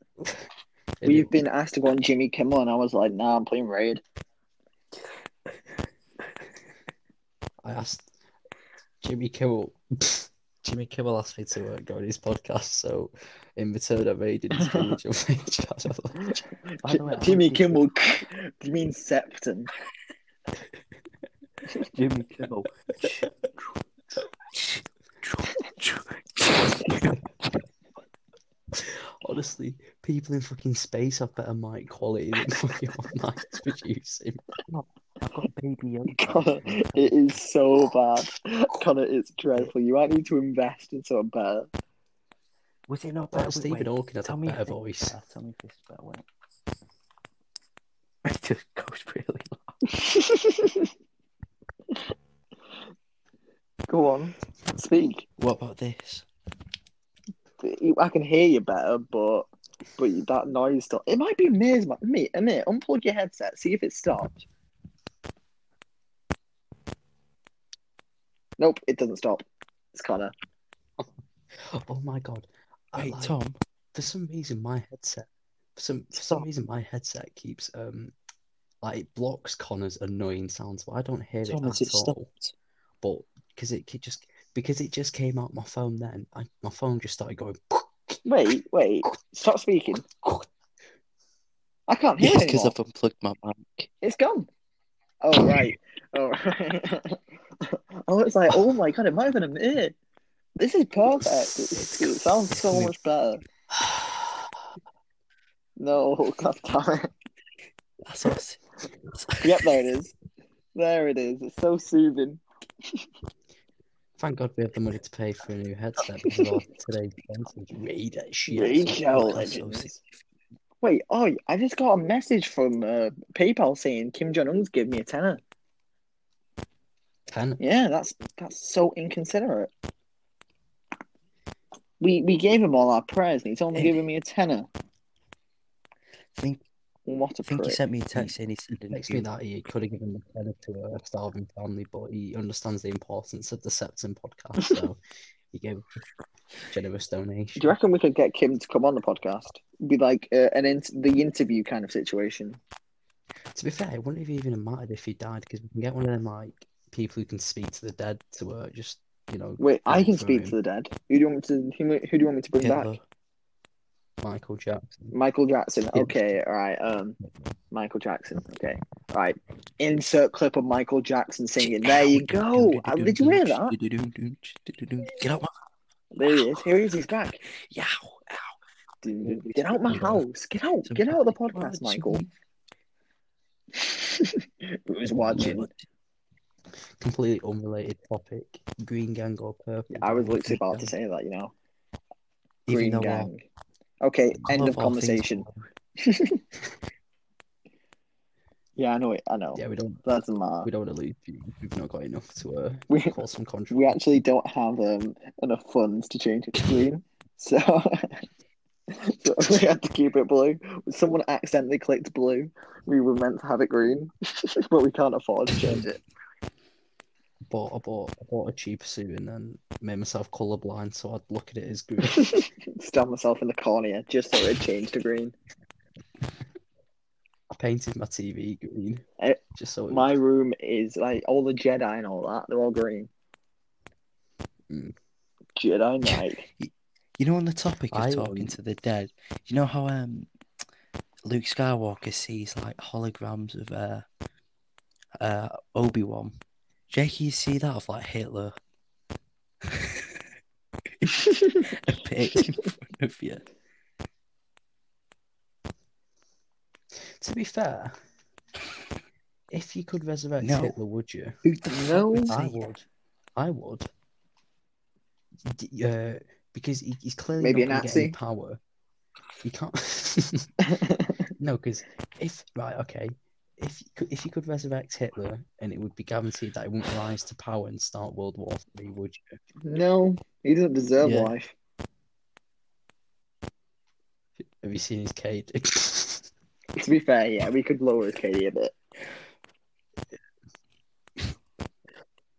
[SPEAKER 4] It-
[SPEAKER 2] We've been asked to go on Jimmy Kimmel, and I was like, Nah, I'm playing Raid.
[SPEAKER 4] I asked Jimmy Kimmel. Jimmy Kimmel asked me to uh, go on his podcast, so in return I made it his village of Raid Shadow Legends.
[SPEAKER 1] By the way, I
[SPEAKER 2] Jimmy
[SPEAKER 1] don't think
[SPEAKER 2] Kimmel. Do you mean Septon?
[SPEAKER 1] it's Jimmy Kimmel.
[SPEAKER 4] Honestly, people in fucking space have better mic quality than fucking what Mike's producing.
[SPEAKER 1] I've got baby
[SPEAKER 2] Connor,
[SPEAKER 1] Yoda.
[SPEAKER 2] it is so bad. Connor, it's dreadful. You might need to invest in something better.
[SPEAKER 1] Was it not
[SPEAKER 4] Well,
[SPEAKER 1] better?
[SPEAKER 4] Stephen
[SPEAKER 1] wait,
[SPEAKER 4] Hawking has a
[SPEAKER 1] tell me if
[SPEAKER 4] better
[SPEAKER 1] this is
[SPEAKER 4] voice.
[SPEAKER 1] better, Tell me if this is better. Wait. It just goes really low.
[SPEAKER 2] Go on, speak.
[SPEAKER 1] What about this?
[SPEAKER 2] I can hear you better, but but that noise still. It might be a maze, mate. Mate, a minute. Unplug your headset. See if it stopped. Nope, it doesn't stop. It's Connor.
[SPEAKER 4] Oh my god! I
[SPEAKER 1] Wait,
[SPEAKER 4] like-
[SPEAKER 1] Tom.
[SPEAKER 4] for some reason my headset for some for some reason my headset keeps um like it blocks Connor's annoying sound, so I don't hear
[SPEAKER 1] Tom,
[SPEAKER 4] it at
[SPEAKER 1] has it
[SPEAKER 4] all.
[SPEAKER 1] stopped?
[SPEAKER 4] But because it, it just because it just came out my phone then, I, my phone just started going.
[SPEAKER 2] Wait, wait. Stop speaking. I can't hear
[SPEAKER 1] Yes,
[SPEAKER 2] anymore.
[SPEAKER 1] because I've unplugged my mic.
[SPEAKER 2] It's gone. Oh right. Oh right. I was like, oh my god, it might have been a minute. This is perfect. It, it sounds so much better. No, god damn it.
[SPEAKER 1] That's what I said.
[SPEAKER 2] Yep, there it is. There it is. It's so soothing.
[SPEAKER 4] Thank God we have the money to pay for a new headset because of our today's expenses. Read that shit.
[SPEAKER 2] Rage
[SPEAKER 1] Look,
[SPEAKER 2] Hell
[SPEAKER 1] I'm so
[SPEAKER 2] Legends. Wait, oh, I just got a message from uh, PayPal saying Kim Jong Un's give me a tenner.
[SPEAKER 4] Ten.
[SPEAKER 2] Yeah, that's that's so inconsiderate. We we gave him all our prayers, and he's only
[SPEAKER 1] Eh.
[SPEAKER 2] giving me a tenner.
[SPEAKER 1] think,
[SPEAKER 2] What
[SPEAKER 1] I
[SPEAKER 2] a
[SPEAKER 1] think he
[SPEAKER 2] prick.
[SPEAKER 1] sent me a text saying he sent an
[SPEAKER 4] Makes me that he could have given the credit to a starving family, but he understands the importance of the Septon podcast, so he gave a generous donation.
[SPEAKER 2] Do you reckon we could get Kim to come on the podcast? Be like uh, an in- the interview kind of situation.
[SPEAKER 4] To be fair, it wouldn't have even mattered if he died because we can get one of them like people who can speak to the dead to uh, just you know
[SPEAKER 2] Wait, I
[SPEAKER 4] Bring
[SPEAKER 2] can
[SPEAKER 4] through
[SPEAKER 2] speak
[SPEAKER 4] him.
[SPEAKER 2] to the dead. Who do you want me to? Who, who do you want me to bring
[SPEAKER 1] Hitler.
[SPEAKER 2] back?
[SPEAKER 4] Michael Jackson.
[SPEAKER 2] Michael Jackson.
[SPEAKER 4] Yeah.
[SPEAKER 2] Okay, all right. Um, Michael Jackson. Okay, all right. Insert clip of Michael Jackson singing. There you go. Uh, Did you hear that?
[SPEAKER 1] Get out my
[SPEAKER 2] There he is. Here he is. He's back.
[SPEAKER 1] yow. ow.
[SPEAKER 2] Get out my house. Get out. Get out of the podcast, Michael. Who's watching?
[SPEAKER 4] Completely unrelated topic. Green Gang or Purple?
[SPEAKER 2] I was
[SPEAKER 4] Gang?
[SPEAKER 2] literally about to
[SPEAKER 4] Green
[SPEAKER 2] say that. You know,
[SPEAKER 1] Even
[SPEAKER 2] Green
[SPEAKER 1] though uh,
[SPEAKER 2] Gang. Okay,
[SPEAKER 1] I
[SPEAKER 2] end
[SPEAKER 1] love
[SPEAKER 2] of
[SPEAKER 1] all things
[SPEAKER 2] conversation.
[SPEAKER 1] blue.
[SPEAKER 2] Yeah, I know it. I know.
[SPEAKER 4] Gang. Yeah, we don't
[SPEAKER 2] That's a matter.
[SPEAKER 4] we don't want to lose. viewers. We've not got enough to uh,
[SPEAKER 2] We,
[SPEAKER 4] cause some
[SPEAKER 2] we
[SPEAKER 4] controversy.
[SPEAKER 2] actually don't have um, enough funds to change it to green, so, so we had to keep it blue. Someone accidentally clicked blue. We were meant to have it green, but we can't afford to change it.
[SPEAKER 4] bought I bought I bought a cheap suit and then made myself colourblind, so I'd look at it as green.
[SPEAKER 2] Stab myself in the cornea just so it changed to green.
[SPEAKER 4] I painted my TV green,
[SPEAKER 2] Eh,
[SPEAKER 4] just so it
[SPEAKER 2] My room is like all the Jedi and all that. They're all green.
[SPEAKER 4] Mm.
[SPEAKER 2] Jedi Knight.
[SPEAKER 1] You know, on the topic of
[SPEAKER 4] I,
[SPEAKER 1] talking
[SPEAKER 4] um,
[SPEAKER 1] to the dead, you know how um, Luke Skywalker sees like holograms of uh, uh, Obi Wan. Jake, you see that of like Hitler? A pic in front of you.
[SPEAKER 4] To be fair, if you could resurrect
[SPEAKER 1] No.
[SPEAKER 4] Hitler, would you?
[SPEAKER 1] Who the fuck
[SPEAKER 2] No.
[SPEAKER 1] would
[SPEAKER 4] I
[SPEAKER 1] say yeah?
[SPEAKER 4] would. I would. D- uh, because he, he's clearly
[SPEAKER 2] Maybe
[SPEAKER 4] not
[SPEAKER 2] a
[SPEAKER 4] going to get any
[SPEAKER 2] Nazi.
[SPEAKER 4] power. You can't. no, because if right, okay, if you could, if you could resurrect Hitler and it would be guaranteed that he wouldn't rise to power and start World War Three, would you?
[SPEAKER 2] no, he doesn't deserve
[SPEAKER 1] Yeah.
[SPEAKER 2] life.
[SPEAKER 4] Have you seen his cage?
[SPEAKER 2] To be fair, yeah, we could lower his KD a bit.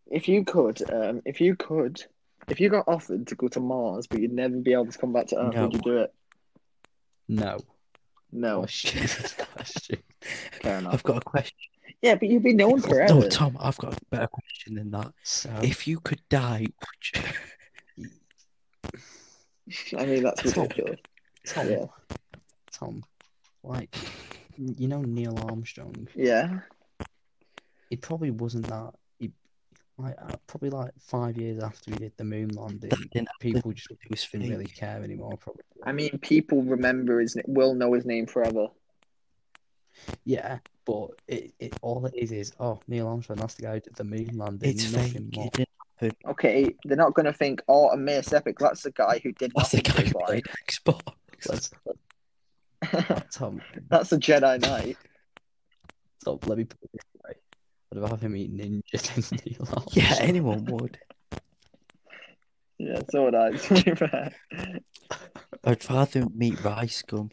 [SPEAKER 2] If you could, um, if you could, if you got offered to go to Mars, but you'd never be able to come back to Earth,
[SPEAKER 1] No.
[SPEAKER 2] would you do it?
[SPEAKER 4] no.
[SPEAKER 2] No, Oh,
[SPEAKER 4] What a stupid question.
[SPEAKER 2] fair enough.
[SPEAKER 1] Oh, I've got a question.
[SPEAKER 2] Yeah, but you'd be known forever.
[SPEAKER 1] No, Tom, I've got a better question than that.
[SPEAKER 4] So
[SPEAKER 1] If you could die, would you?
[SPEAKER 2] I mean, that's ridiculous.
[SPEAKER 4] Tom,
[SPEAKER 2] Yeah.
[SPEAKER 4] Tom, like you know Neil Armstrong.
[SPEAKER 2] Yeah,
[SPEAKER 4] it probably wasn't that. It, like uh, probably like five years after we did the moon landing,
[SPEAKER 1] That didn't happen.
[SPEAKER 4] people just
[SPEAKER 1] It was
[SPEAKER 4] didn't really
[SPEAKER 1] fake.
[SPEAKER 4] care anymore. Probably.
[SPEAKER 2] I mean, people remember his, na- will know his name forever.
[SPEAKER 4] Yeah, but it, it all it is is oh Neil Armstrong, that's the guy who did the moon landing.
[SPEAKER 1] It's
[SPEAKER 4] nothing
[SPEAKER 1] fake.
[SPEAKER 4] more.
[SPEAKER 1] It didn't
[SPEAKER 2] Okay, they're not going to think, oh, Amir Sepik, that's the guy who did
[SPEAKER 1] That's the
[SPEAKER 2] nothing
[SPEAKER 1] guy
[SPEAKER 2] with his
[SPEAKER 1] who played Xbox.
[SPEAKER 4] Let's Oh,
[SPEAKER 2] life."
[SPEAKER 4] Tom.
[SPEAKER 2] that's the Jedi Knight.
[SPEAKER 4] Stop. Let me put it this way. I'd rather him eat ninja than Neil Armstrong.
[SPEAKER 1] Yeah, anyone would.
[SPEAKER 2] Yeah, so would I. to be fair.
[SPEAKER 1] I'd rather meet rice gum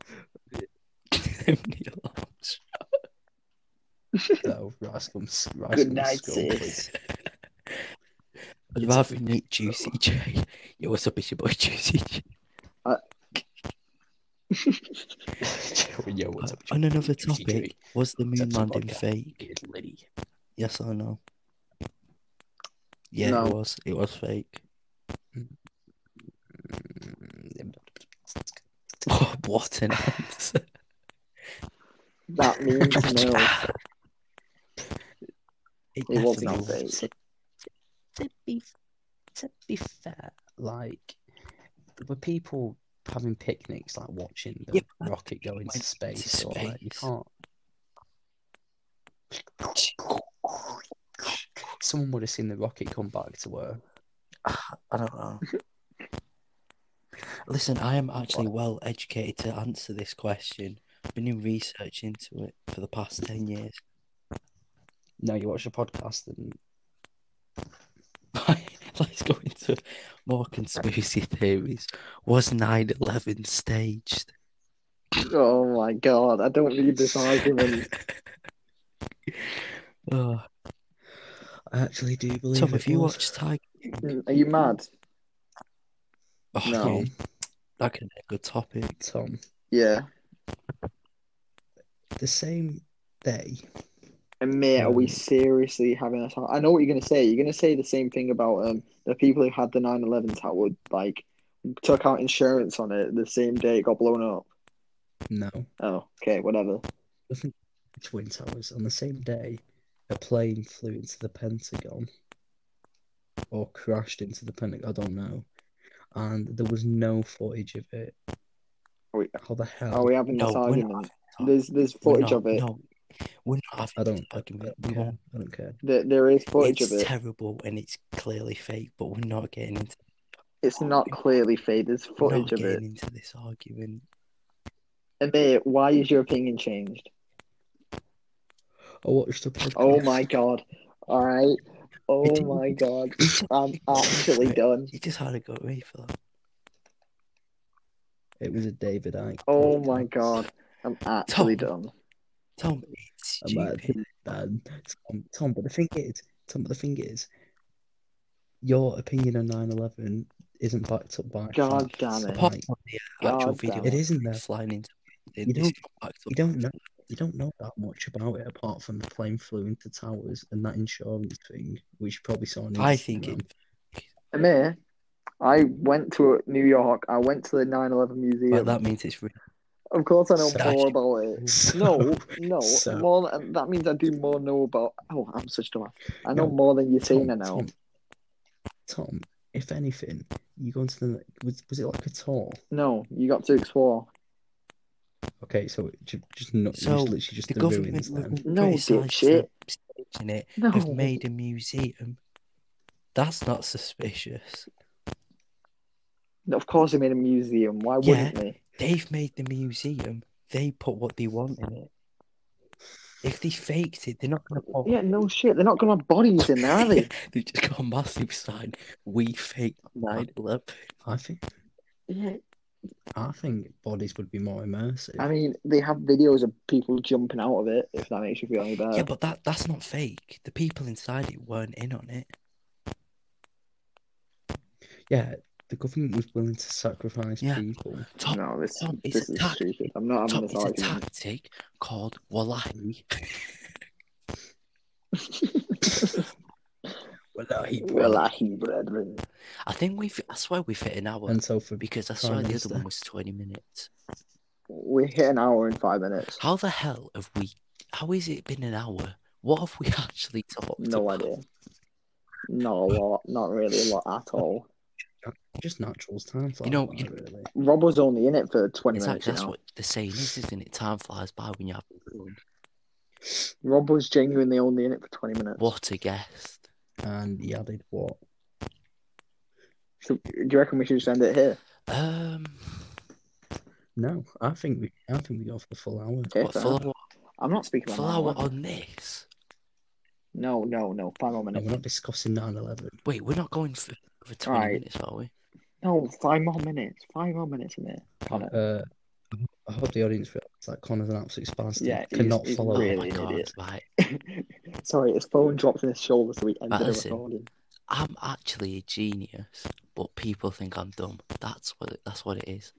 [SPEAKER 1] than Neil Armstrong.
[SPEAKER 4] No, rice comes. Rice
[SPEAKER 2] Good
[SPEAKER 4] comes
[SPEAKER 2] night,
[SPEAKER 4] scum, please.
[SPEAKER 2] sis.
[SPEAKER 1] I'd
[SPEAKER 4] It's
[SPEAKER 1] rather
[SPEAKER 4] a-
[SPEAKER 1] meet Juicy J. Yo, what's up, it's your boy Juicy J.
[SPEAKER 4] Joey, yo, what's up?
[SPEAKER 1] Uh, On another
[SPEAKER 4] Juicy
[SPEAKER 1] topic,
[SPEAKER 4] Joey?
[SPEAKER 1] was the
[SPEAKER 4] It's
[SPEAKER 1] moon
[SPEAKER 4] actually
[SPEAKER 1] landing
[SPEAKER 4] podcast.
[SPEAKER 1] fake?
[SPEAKER 4] It's Liddy.
[SPEAKER 1] Yes or no? Yeah,
[SPEAKER 2] No.
[SPEAKER 1] it was. It was fake.
[SPEAKER 4] Mm,
[SPEAKER 1] what an answer.
[SPEAKER 2] That means no. It
[SPEAKER 1] definitely
[SPEAKER 2] wasn't fake.
[SPEAKER 4] To, to be to be fair, like there were people having picnics, like watching the
[SPEAKER 1] Yeah,
[SPEAKER 4] rocket go into
[SPEAKER 1] went
[SPEAKER 4] space.
[SPEAKER 1] into
[SPEAKER 4] or, like, you
[SPEAKER 1] space.
[SPEAKER 4] can't. Someone would have seen the rocket come back to Earth.
[SPEAKER 1] I don't know. Listen, I am actually well educated to answer this question. I've been in research into it for the past 10 years.
[SPEAKER 4] No, you watch a podcast and
[SPEAKER 1] Let's go into more conspiracy theories. Was 9 11 staged?
[SPEAKER 2] Oh my god, I don't need this argument.
[SPEAKER 1] Oh,
[SPEAKER 4] I actually do believe.
[SPEAKER 1] Tom,
[SPEAKER 4] it
[SPEAKER 1] have you
[SPEAKER 4] was.
[SPEAKER 1] watched Tiger?
[SPEAKER 2] Mm, Are you mad?
[SPEAKER 1] Oh,
[SPEAKER 2] No.
[SPEAKER 1] yeah. That could be a good topic.
[SPEAKER 4] Tom?
[SPEAKER 2] Yeah.
[SPEAKER 4] The same day.
[SPEAKER 2] And mate, are
[SPEAKER 1] Um,
[SPEAKER 2] we
[SPEAKER 4] Mm.
[SPEAKER 2] seriously having a time? I know what you're gonna say. You're gonna say the same thing about um the people who had the 9/11 tower would like took out insurance on it the same day it got blown up.
[SPEAKER 4] No.
[SPEAKER 2] Oh, okay, whatever.
[SPEAKER 4] nothing to the Twin Towers on the same day, a plane flew into the Pentagon or crashed into the Pentagon. I don't know, and there was no footage of it.
[SPEAKER 2] Are we-
[SPEAKER 4] How the hell?
[SPEAKER 2] Are we having
[SPEAKER 1] No,
[SPEAKER 2] this
[SPEAKER 1] we're not
[SPEAKER 2] argument?
[SPEAKER 1] Tom.
[SPEAKER 2] There's there's footage
[SPEAKER 1] We're
[SPEAKER 2] of
[SPEAKER 1] not-
[SPEAKER 2] it.
[SPEAKER 1] No, we're not
[SPEAKER 4] I
[SPEAKER 1] having
[SPEAKER 4] don't.
[SPEAKER 1] this
[SPEAKER 2] Oh,
[SPEAKER 1] argument.
[SPEAKER 4] I
[SPEAKER 1] We
[SPEAKER 4] don't care.
[SPEAKER 1] won't.
[SPEAKER 4] I don't care.
[SPEAKER 2] There, there is footage
[SPEAKER 1] It's
[SPEAKER 2] of it.
[SPEAKER 1] terrible and it's clearly fake, but we're not getting into
[SPEAKER 2] It's not clearly fake. There's
[SPEAKER 1] we're not
[SPEAKER 2] footage of
[SPEAKER 1] getting
[SPEAKER 2] it.
[SPEAKER 1] into this argument.
[SPEAKER 2] And mate, why is your opinion changed?
[SPEAKER 4] I watched the podcast.
[SPEAKER 2] Oh my god. All right. Oh my god. I'm actually done.
[SPEAKER 1] You just had to go at me for that.
[SPEAKER 4] It was a David Icke.
[SPEAKER 2] Oh
[SPEAKER 4] podcast.
[SPEAKER 2] my god. I'm actually
[SPEAKER 1] Tom.
[SPEAKER 2] done.
[SPEAKER 1] Tom, it's
[SPEAKER 4] I'm like,
[SPEAKER 1] stupid.
[SPEAKER 4] man, Tom, Tom, but the thing is, Tom, but the thing is, your opinion on 9/11 isn't backed up by
[SPEAKER 2] God
[SPEAKER 4] facts.
[SPEAKER 2] damn it.
[SPEAKER 1] Apart
[SPEAKER 4] Like,
[SPEAKER 1] from the actual
[SPEAKER 2] God
[SPEAKER 1] video
[SPEAKER 2] damn
[SPEAKER 4] it isn't there.
[SPEAKER 1] flying into
[SPEAKER 4] You
[SPEAKER 1] it's not backed
[SPEAKER 4] You
[SPEAKER 1] up.
[SPEAKER 4] don't know. You don't know that much about it apart from the plane flew into towers and that insurance thing, which you probably saw on Instagram.
[SPEAKER 1] I think it
[SPEAKER 2] Amir, I went to New York. I went to the 9/11 museum.
[SPEAKER 1] but that means it's real.
[SPEAKER 2] Of course, I know
[SPEAKER 4] So-
[SPEAKER 2] more about it.
[SPEAKER 4] So-
[SPEAKER 2] No, no,
[SPEAKER 4] so-
[SPEAKER 2] more. than- That means I do more know about. Oh, I'm such a dumbass. I know
[SPEAKER 4] No,
[SPEAKER 2] more than you're
[SPEAKER 4] Tom,
[SPEAKER 2] saying. I know.
[SPEAKER 4] Tom, Tom, if anything, you go into the was was it like a tour?
[SPEAKER 2] No, you got to explore.
[SPEAKER 4] Okay, so it ju- just not
[SPEAKER 1] So,
[SPEAKER 4] just literally just
[SPEAKER 1] The
[SPEAKER 4] the,
[SPEAKER 1] government
[SPEAKER 4] ruins then.
[SPEAKER 1] were
[SPEAKER 2] No,
[SPEAKER 1] criticised
[SPEAKER 2] dipshit.
[SPEAKER 1] for staging it.
[SPEAKER 2] No,
[SPEAKER 1] Have made a museum. That's not suspicious.
[SPEAKER 2] of course they made a museum. Why
[SPEAKER 1] Yeah.
[SPEAKER 2] wouldn't they?
[SPEAKER 1] They've made the museum. They put what they want in it. If they faked it, they're not going to put.
[SPEAKER 2] Yeah, no shit. They're not gonna have bodies in there, are they?
[SPEAKER 1] They've just got a massive sign. We faked
[SPEAKER 2] Uh,
[SPEAKER 1] 9 11.
[SPEAKER 4] I think
[SPEAKER 2] yeah.
[SPEAKER 4] I think bodies would be more immersive.
[SPEAKER 2] I mean, they have videos of people jumping out of it. If that makes you feel any better.
[SPEAKER 1] Yeah, but that that's not fake. The people inside it weren't in on it.
[SPEAKER 4] yeah, the government was willing to sacrifice
[SPEAKER 1] Yeah.
[SPEAKER 4] people.
[SPEAKER 1] Tom,
[SPEAKER 2] no, this
[SPEAKER 1] Tom, it's
[SPEAKER 2] this
[SPEAKER 1] a
[SPEAKER 2] is
[SPEAKER 1] tact-
[SPEAKER 2] stupid. I'm not
[SPEAKER 1] Tom,
[SPEAKER 2] having
[SPEAKER 1] it's
[SPEAKER 2] this
[SPEAKER 1] a
[SPEAKER 2] argument.
[SPEAKER 1] tactic called wallahi. wallahi, bro.
[SPEAKER 2] Well, I he brethren.
[SPEAKER 1] I think we've, I swear we've hit an hour
[SPEAKER 4] And so for
[SPEAKER 1] because I
[SPEAKER 4] Prime
[SPEAKER 1] swear the
[SPEAKER 4] Minister.
[SPEAKER 1] other one was 20 minutes.
[SPEAKER 2] We hit an hour and five minutes.
[SPEAKER 1] How the hell have we, how has it been an hour? What have we actually talked
[SPEAKER 2] No
[SPEAKER 1] about?
[SPEAKER 2] idea. Not a lot. Not really a lot at all.
[SPEAKER 4] just naturals time flies.
[SPEAKER 1] know-
[SPEAKER 4] by,
[SPEAKER 1] you know-
[SPEAKER 4] really.
[SPEAKER 2] Rob was only in it for 20
[SPEAKER 1] It's
[SPEAKER 2] minutes.
[SPEAKER 1] actually,
[SPEAKER 2] You
[SPEAKER 1] that's
[SPEAKER 2] know? Mm.
[SPEAKER 1] what the saying is, isn't it? Time flies by when you have fun.
[SPEAKER 2] Rob was genuinely only in it for 20 minutes.
[SPEAKER 1] What a guest.
[SPEAKER 4] and he added what
[SPEAKER 2] Should- Do you reckon we should just end it here?
[SPEAKER 1] Um,
[SPEAKER 4] No, I think we. I think we go for the full hour.
[SPEAKER 2] Okay,
[SPEAKER 1] what,
[SPEAKER 2] fair
[SPEAKER 1] full
[SPEAKER 2] enough.
[SPEAKER 1] hour,
[SPEAKER 2] I'm not speaking
[SPEAKER 1] full
[SPEAKER 2] about
[SPEAKER 1] hour
[SPEAKER 2] that.
[SPEAKER 1] on this?
[SPEAKER 2] No, no, no. Five more
[SPEAKER 4] No,
[SPEAKER 2] minutes.
[SPEAKER 4] we're not discussing 9-11.
[SPEAKER 1] Wait, we're not going for, for 20
[SPEAKER 2] Right.
[SPEAKER 1] minutes, are we?
[SPEAKER 2] No, five more minutes. Five more minutes in there. Connor.
[SPEAKER 4] Uh, I hope the audience realises that Connor's an absolute spastic.
[SPEAKER 2] Yeah, he's-
[SPEAKER 4] cannot
[SPEAKER 2] he's
[SPEAKER 4] follow.
[SPEAKER 1] oh my
[SPEAKER 2] really an
[SPEAKER 1] god,
[SPEAKER 2] idiot.
[SPEAKER 1] right.
[SPEAKER 2] Sorry, his phone dropped on his shoulder, so we ended the
[SPEAKER 1] Listen.
[SPEAKER 2] recording.
[SPEAKER 1] I'm actually a genius, but people think I'm dumb. That's what it, that's what it is.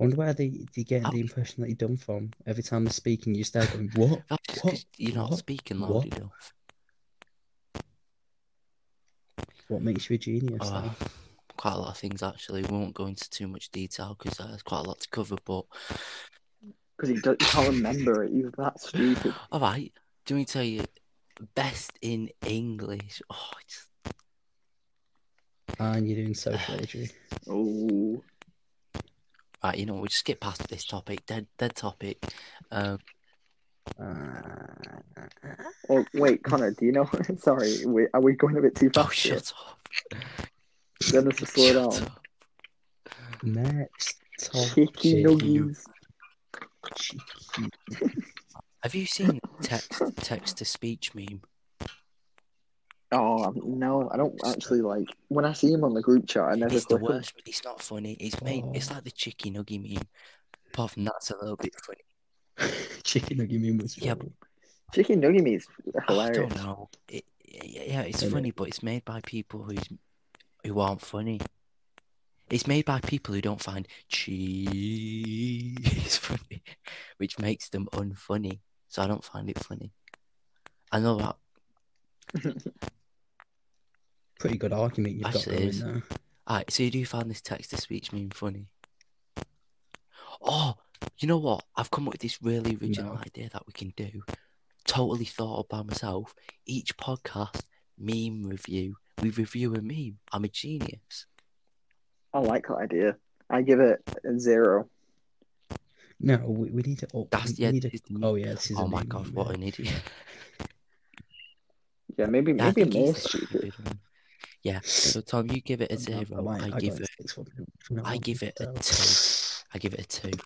[SPEAKER 4] I wonder where they, they get
[SPEAKER 1] Oh.
[SPEAKER 4] the impression that you're done from. Every time they're speaking, you start going, "What?
[SPEAKER 1] That's just
[SPEAKER 4] What?
[SPEAKER 1] 'cause you're not
[SPEAKER 4] What?
[SPEAKER 1] speaking loud
[SPEAKER 4] What?
[SPEAKER 1] enough.
[SPEAKER 4] What makes you a genius?"
[SPEAKER 1] Oh,
[SPEAKER 4] Sam?
[SPEAKER 1] well, quite a lot of things actually. We won't go into too much detail because there's quite a lot to cover. But
[SPEAKER 2] Because he, do- he can't remember it. He was that stupid.
[SPEAKER 1] all right, do we tell you best in English? Oh, it's
[SPEAKER 4] Ah, And you're doing social injury.
[SPEAKER 2] Oh.
[SPEAKER 1] Right, you know, we just skip past this topic, dead, dead topic. Um,
[SPEAKER 4] Ah,
[SPEAKER 2] Oh, wait, Connor, do you know? Sorry, we, are we going a bit too
[SPEAKER 1] oh,
[SPEAKER 2] fast? here?
[SPEAKER 1] shut up!
[SPEAKER 2] Then us to
[SPEAKER 1] Shut
[SPEAKER 2] slow down.
[SPEAKER 1] up.
[SPEAKER 4] Next
[SPEAKER 1] Oh,
[SPEAKER 4] topic.
[SPEAKER 2] Chicky nuggies.
[SPEAKER 4] Cheeky.
[SPEAKER 1] Have you seen text text to speech meme?
[SPEAKER 2] Oh um, no, I don't actually like. When I see him on the group chat, I never
[SPEAKER 1] It's the
[SPEAKER 2] click 'em.
[SPEAKER 1] worst, but it's not funny. It's made, it's
[SPEAKER 4] Oh.
[SPEAKER 1] like the chicky nuggy meme. Apart from that's a little bit funny.
[SPEAKER 4] Chicken nugget meme was
[SPEAKER 1] Yeah,
[SPEAKER 4] funny.
[SPEAKER 2] Chicken nugget meat is
[SPEAKER 1] Oh, I
[SPEAKER 2] hilarious.
[SPEAKER 1] don't know. It, yeah, it's
[SPEAKER 4] Isn't it?
[SPEAKER 1] funny, but it's made by people who's who aren't funny. It's made by people who don't find cheese funny, which makes them unfunny. So I don't find it funny. I know that
[SPEAKER 4] Pretty good argument you've got
[SPEAKER 1] Actually, it
[SPEAKER 4] going
[SPEAKER 1] is.
[SPEAKER 4] there.
[SPEAKER 1] Alright, so you do find this text to speech meme funny? Oh, you know what? I've come up with this really original
[SPEAKER 4] No.
[SPEAKER 1] idea that we can do. Totally thought of by myself. Each podcast, meme review. We review a meme. I'm a genius.
[SPEAKER 2] I like that idea. I give it a zero.
[SPEAKER 4] No, we, we need to. Oh,
[SPEAKER 1] That's-
[SPEAKER 4] we
[SPEAKER 1] yeah,
[SPEAKER 4] need to-
[SPEAKER 1] it's the-
[SPEAKER 4] oh yeah, this is a
[SPEAKER 1] oh my
[SPEAKER 4] meme,
[SPEAKER 1] god,
[SPEAKER 4] yeah.
[SPEAKER 1] what an idiot.
[SPEAKER 2] Yeah, maybe
[SPEAKER 1] Yeah, I
[SPEAKER 2] maybe
[SPEAKER 1] think
[SPEAKER 2] more
[SPEAKER 1] he's the
[SPEAKER 2] stupid.
[SPEAKER 1] stupid one. Yeah, so Tom, you give it a
[SPEAKER 4] I- I
[SPEAKER 1] zero.
[SPEAKER 4] might-
[SPEAKER 1] I,
[SPEAKER 4] I
[SPEAKER 1] give
[SPEAKER 4] got
[SPEAKER 1] it
[SPEAKER 4] six for me from now
[SPEAKER 1] I
[SPEAKER 4] on,
[SPEAKER 1] give it a
[SPEAKER 4] so-
[SPEAKER 1] I give it a two.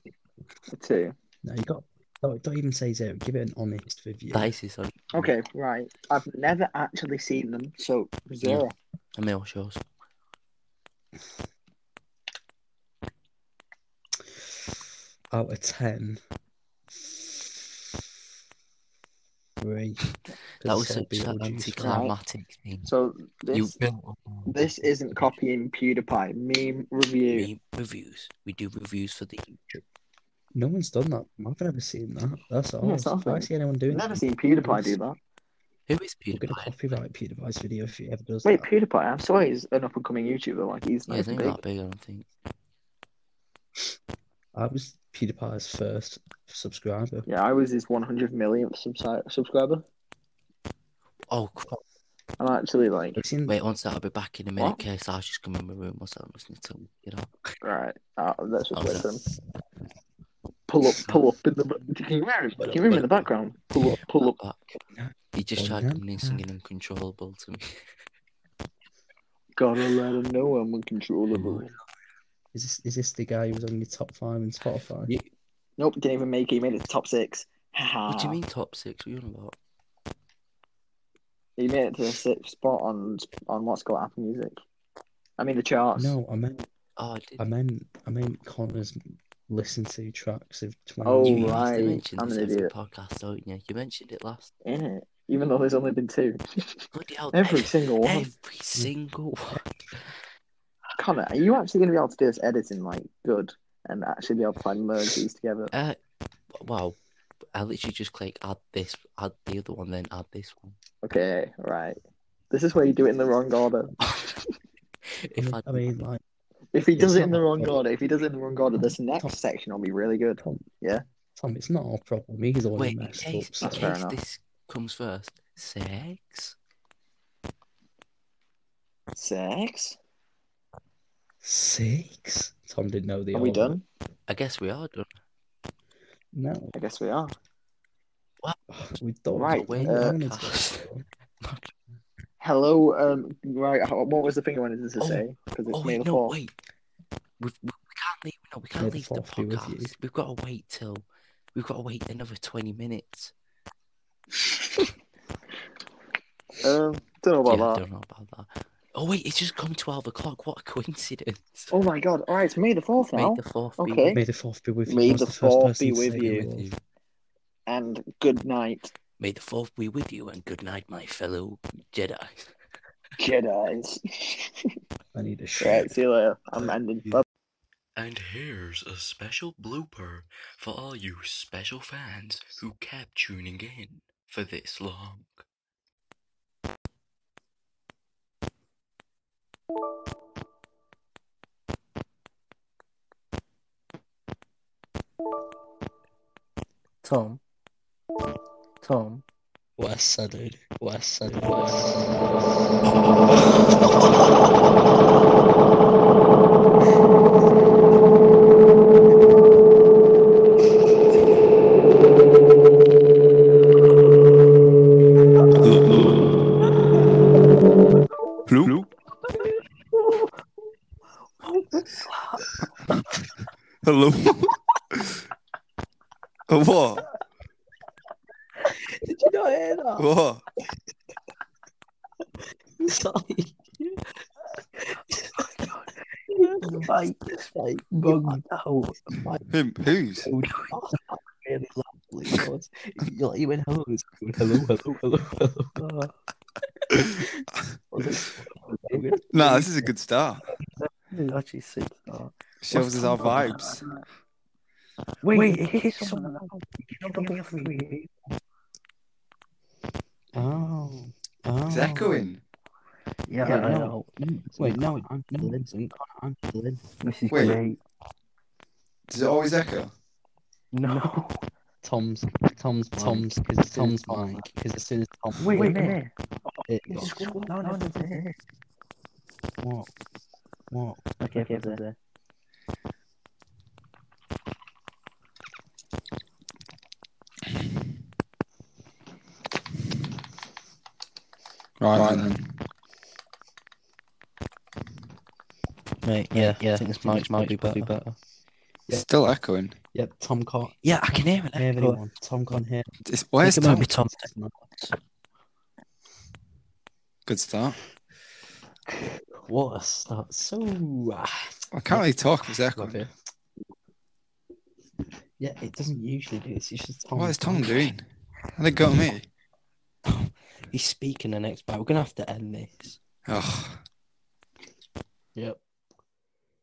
[SPEAKER 2] A Two.
[SPEAKER 4] No, you got. Don't, don't even say zero. Give it an honest review.
[SPEAKER 1] That is his on
[SPEAKER 2] Okay, right. I've never actually seen them, so zero.
[SPEAKER 1] Emil shows.
[SPEAKER 4] Out of ten, three.
[SPEAKER 1] That was
[SPEAKER 4] Because
[SPEAKER 1] such
[SPEAKER 4] Beetlejuice
[SPEAKER 1] an
[SPEAKER 4] was-
[SPEAKER 1] anticlimactic thing.
[SPEAKER 2] So
[SPEAKER 1] You
[SPEAKER 2] this
[SPEAKER 1] built
[SPEAKER 2] this isn't copying PewDiePie meme review.
[SPEAKER 1] meme reviews. We do reviews for the
[SPEAKER 4] No one's done that. I've never seen that. That's all.
[SPEAKER 2] it's
[SPEAKER 4] If I
[SPEAKER 2] nothing.
[SPEAKER 4] see anyone doing
[SPEAKER 2] I've never
[SPEAKER 4] that,
[SPEAKER 2] seen PewDiePie do that.
[SPEAKER 1] Who is
[SPEAKER 4] we're going to
[SPEAKER 1] PewDiePie?
[SPEAKER 4] copyright PewDiePie's video if he ever does
[SPEAKER 2] Wait,
[SPEAKER 4] that.
[SPEAKER 2] PewDiePie. I'm sorry, he's an up and coming YouTuber. Like he's
[SPEAKER 1] Yeah,
[SPEAKER 2] nice
[SPEAKER 1] it's
[SPEAKER 2] and
[SPEAKER 1] not that
[SPEAKER 2] big.
[SPEAKER 1] big, I don't think.
[SPEAKER 4] I was PewDiePie's first subscriber.
[SPEAKER 2] Yeah, I was his 100 millionth subsi- subscriber.
[SPEAKER 1] Oh crap.
[SPEAKER 2] I'm actually like,
[SPEAKER 4] I've seen.
[SPEAKER 1] Wait, one sec, I'll be back in a minute,
[SPEAKER 2] What?
[SPEAKER 1] okay? So I was just come in my room or something, listening to you know.
[SPEAKER 2] right, uh, let's just
[SPEAKER 1] One
[SPEAKER 2] wait
[SPEAKER 1] sec.
[SPEAKER 2] for him. Pull up, pull up in the. Can you hear him? Can you hear him in the background? Pull up, pull up.
[SPEAKER 1] Back. He just tried coming in singing uncontrollable to me.
[SPEAKER 2] Gotta let him know I'm uncontrollable.
[SPEAKER 4] Is this is this the guy who was on your top five in Spotify?
[SPEAKER 2] Yeah. Nope, didn't even make it. He made it to top six. Haha.
[SPEAKER 1] What do you mean top six? What are you on about?
[SPEAKER 2] He made it to the sixth spot on on what's called Apple Music. I mean the charts.
[SPEAKER 4] No, I meant
[SPEAKER 1] Oh, I did.
[SPEAKER 4] I meant I meant Connor's listen to tracks of twenty.
[SPEAKER 2] Oh,
[SPEAKER 1] you
[SPEAKER 2] right.
[SPEAKER 1] used to mention
[SPEAKER 2] I'm
[SPEAKER 1] this
[SPEAKER 2] an
[SPEAKER 1] every
[SPEAKER 2] idiot.
[SPEAKER 1] podcast, don't you? You mentioned it last.
[SPEAKER 2] In it, even though there's only been two.
[SPEAKER 1] Bloody hell,
[SPEAKER 2] Every
[SPEAKER 1] every,
[SPEAKER 2] single one.
[SPEAKER 1] every single one.
[SPEAKER 2] Connor, are you actually going to be able to do this editing like good and actually be able to like merge these together?
[SPEAKER 1] Uh, wow. I literally just click add this, add the other one, then add this one.
[SPEAKER 2] Okay, right. This is where you do it in the wrong order.
[SPEAKER 1] if I,
[SPEAKER 4] I mean, like
[SPEAKER 2] If he does it
[SPEAKER 4] It's
[SPEAKER 2] in
[SPEAKER 4] not
[SPEAKER 2] the
[SPEAKER 4] my
[SPEAKER 2] wrong
[SPEAKER 4] problem.
[SPEAKER 2] order, if he does it in the wrong order, this next
[SPEAKER 4] Tom.
[SPEAKER 2] section will be really good.
[SPEAKER 4] Tom.
[SPEAKER 2] Yeah.
[SPEAKER 4] Tom, it's not our problem. He's the one
[SPEAKER 1] wait,
[SPEAKER 4] who
[SPEAKER 1] in
[SPEAKER 4] messed
[SPEAKER 1] case,
[SPEAKER 4] up. So.
[SPEAKER 1] in
[SPEAKER 2] That's fair
[SPEAKER 1] case
[SPEAKER 2] enough.
[SPEAKER 1] this comes first, sex.
[SPEAKER 2] Six.
[SPEAKER 4] Six. Tom didn't know the.
[SPEAKER 2] Are we
[SPEAKER 4] order.
[SPEAKER 2] done?
[SPEAKER 1] I guess we are done.
[SPEAKER 4] No,
[SPEAKER 2] I guess we are.
[SPEAKER 4] we don't.
[SPEAKER 2] Right,
[SPEAKER 4] I, I
[SPEAKER 1] uh,
[SPEAKER 4] wanted to.
[SPEAKER 1] Mark-
[SPEAKER 2] Hello, um, right. how- What was the thing I wanted to
[SPEAKER 1] Oh,
[SPEAKER 2] say? Because it's
[SPEAKER 1] Oh
[SPEAKER 2] May
[SPEAKER 1] wait,
[SPEAKER 2] the
[SPEAKER 1] no,
[SPEAKER 2] fourth.
[SPEAKER 1] wait. We've, we we can't leave. No, we can't
[SPEAKER 4] May the
[SPEAKER 1] leave the
[SPEAKER 4] fourth be with you.
[SPEAKER 1] podcast. We've got to wait till. We've got to wait another twenty minutes.
[SPEAKER 2] Um, don't know
[SPEAKER 1] Yeah,
[SPEAKER 2] about
[SPEAKER 1] I
[SPEAKER 2] that.
[SPEAKER 1] don't know about that. Oh wait, it's just come twelve o'clock. What a coincidence!
[SPEAKER 2] Oh my god! All right, it's May the fourth
[SPEAKER 1] May
[SPEAKER 2] now,
[SPEAKER 1] the fourth be
[SPEAKER 2] Okay.
[SPEAKER 1] with
[SPEAKER 4] May the fourth be with you.
[SPEAKER 2] May
[SPEAKER 4] I was
[SPEAKER 2] the
[SPEAKER 4] first
[SPEAKER 2] fourth
[SPEAKER 4] person
[SPEAKER 2] be
[SPEAKER 4] to
[SPEAKER 2] with
[SPEAKER 4] say it in the
[SPEAKER 2] you.
[SPEAKER 4] world.
[SPEAKER 1] you.
[SPEAKER 2] and good night,
[SPEAKER 1] May the fourth be with you, and good night, my fellow Jedi.
[SPEAKER 2] Jedi's.
[SPEAKER 4] I need a shit.
[SPEAKER 2] right, see you later. I'm ending. Bye.
[SPEAKER 1] And here's a special blooper for all you special fans who kept tuning in for this long. Tom. Tom.
[SPEAKER 4] West Southern. West Southern. West Southern.
[SPEAKER 3] Hello. what?
[SPEAKER 4] Did you not hear that?
[SPEAKER 3] What?
[SPEAKER 4] It's like. It's like, it's like bugged out
[SPEAKER 3] Whom? Who's?
[SPEAKER 4] really loudly. It was- You like, you went hello, it's going, hello, hello, hello, hello. I was like,
[SPEAKER 3] Nah, this is a good start.
[SPEAKER 1] actually sick.
[SPEAKER 3] Shows us our vibes.
[SPEAKER 1] Wait, Wait, it hit someone else. You know the other way.
[SPEAKER 4] oh, oh.
[SPEAKER 3] It's echoing.
[SPEAKER 1] Yeah,
[SPEAKER 4] Wait,
[SPEAKER 1] I
[SPEAKER 4] no,
[SPEAKER 1] know. Mm,
[SPEAKER 4] Wait, no, it's Anthony Linson. Anthony Linson.
[SPEAKER 1] This is
[SPEAKER 3] Wait.
[SPEAKER 1] great.
[SPEAKER 3] Does it always echo?
[SPEAKER 1] No.
[SPEAKER 4] Tom's, Tom's, Tom's, because Tom's mic. Because as soon as Tom,
[SPEAKER 1] Wait, a
[SPEAKER 4] Wait,
[SPEAKER 1] minute.
[SPEAKER 4] it
[SPEAKER 1] It's
[SPEAKER 4] goes,
[SPEAKER 1] scroll down and there.
[SPEAKER 4] what, what?
[SPEAKER 1] Okay, okay, there. there.
[SPEAKER 3] Right.
[SPEAKER 1] Mate, yeah, yeah. I think this mic's might be better.
[SPEAKER 3] It's still echoing.
[SPEAKER 4] Yeah, Tom can't
[SPEAKER 1] Yeah, I can hear it.
[SPEAKER 4] hear
[SPEAKER 1] echo.
[SPEAKER 4] anyone. Tom can't hear.
[SPEAKER 3] It's,
[SPEAKER 1] I
[SPEAKER 3] where's
[SPEAKER 1] think it might
[SPEAKER 3] Tom?
[SPEAKER 1] be Tom.
[SPEAKER 3] Good start.
[SPEAKER 4] What a start. So, ah,
[SPEAKER 3] I can't really talk if it's
[SPEAKER 4] Love
[SPEAKER 3] echoing.
[SPEAKER 4] it. Yeah, it doesn't usually do this. It's just Tom.
[SPEAKER 3] What is Tom doing? How they got me?
[SPEAKER 1] He's speaking the next part. We're gonna have to end this.
[SPEAKER 3] Oh.
[SPEAKER 4] Yep.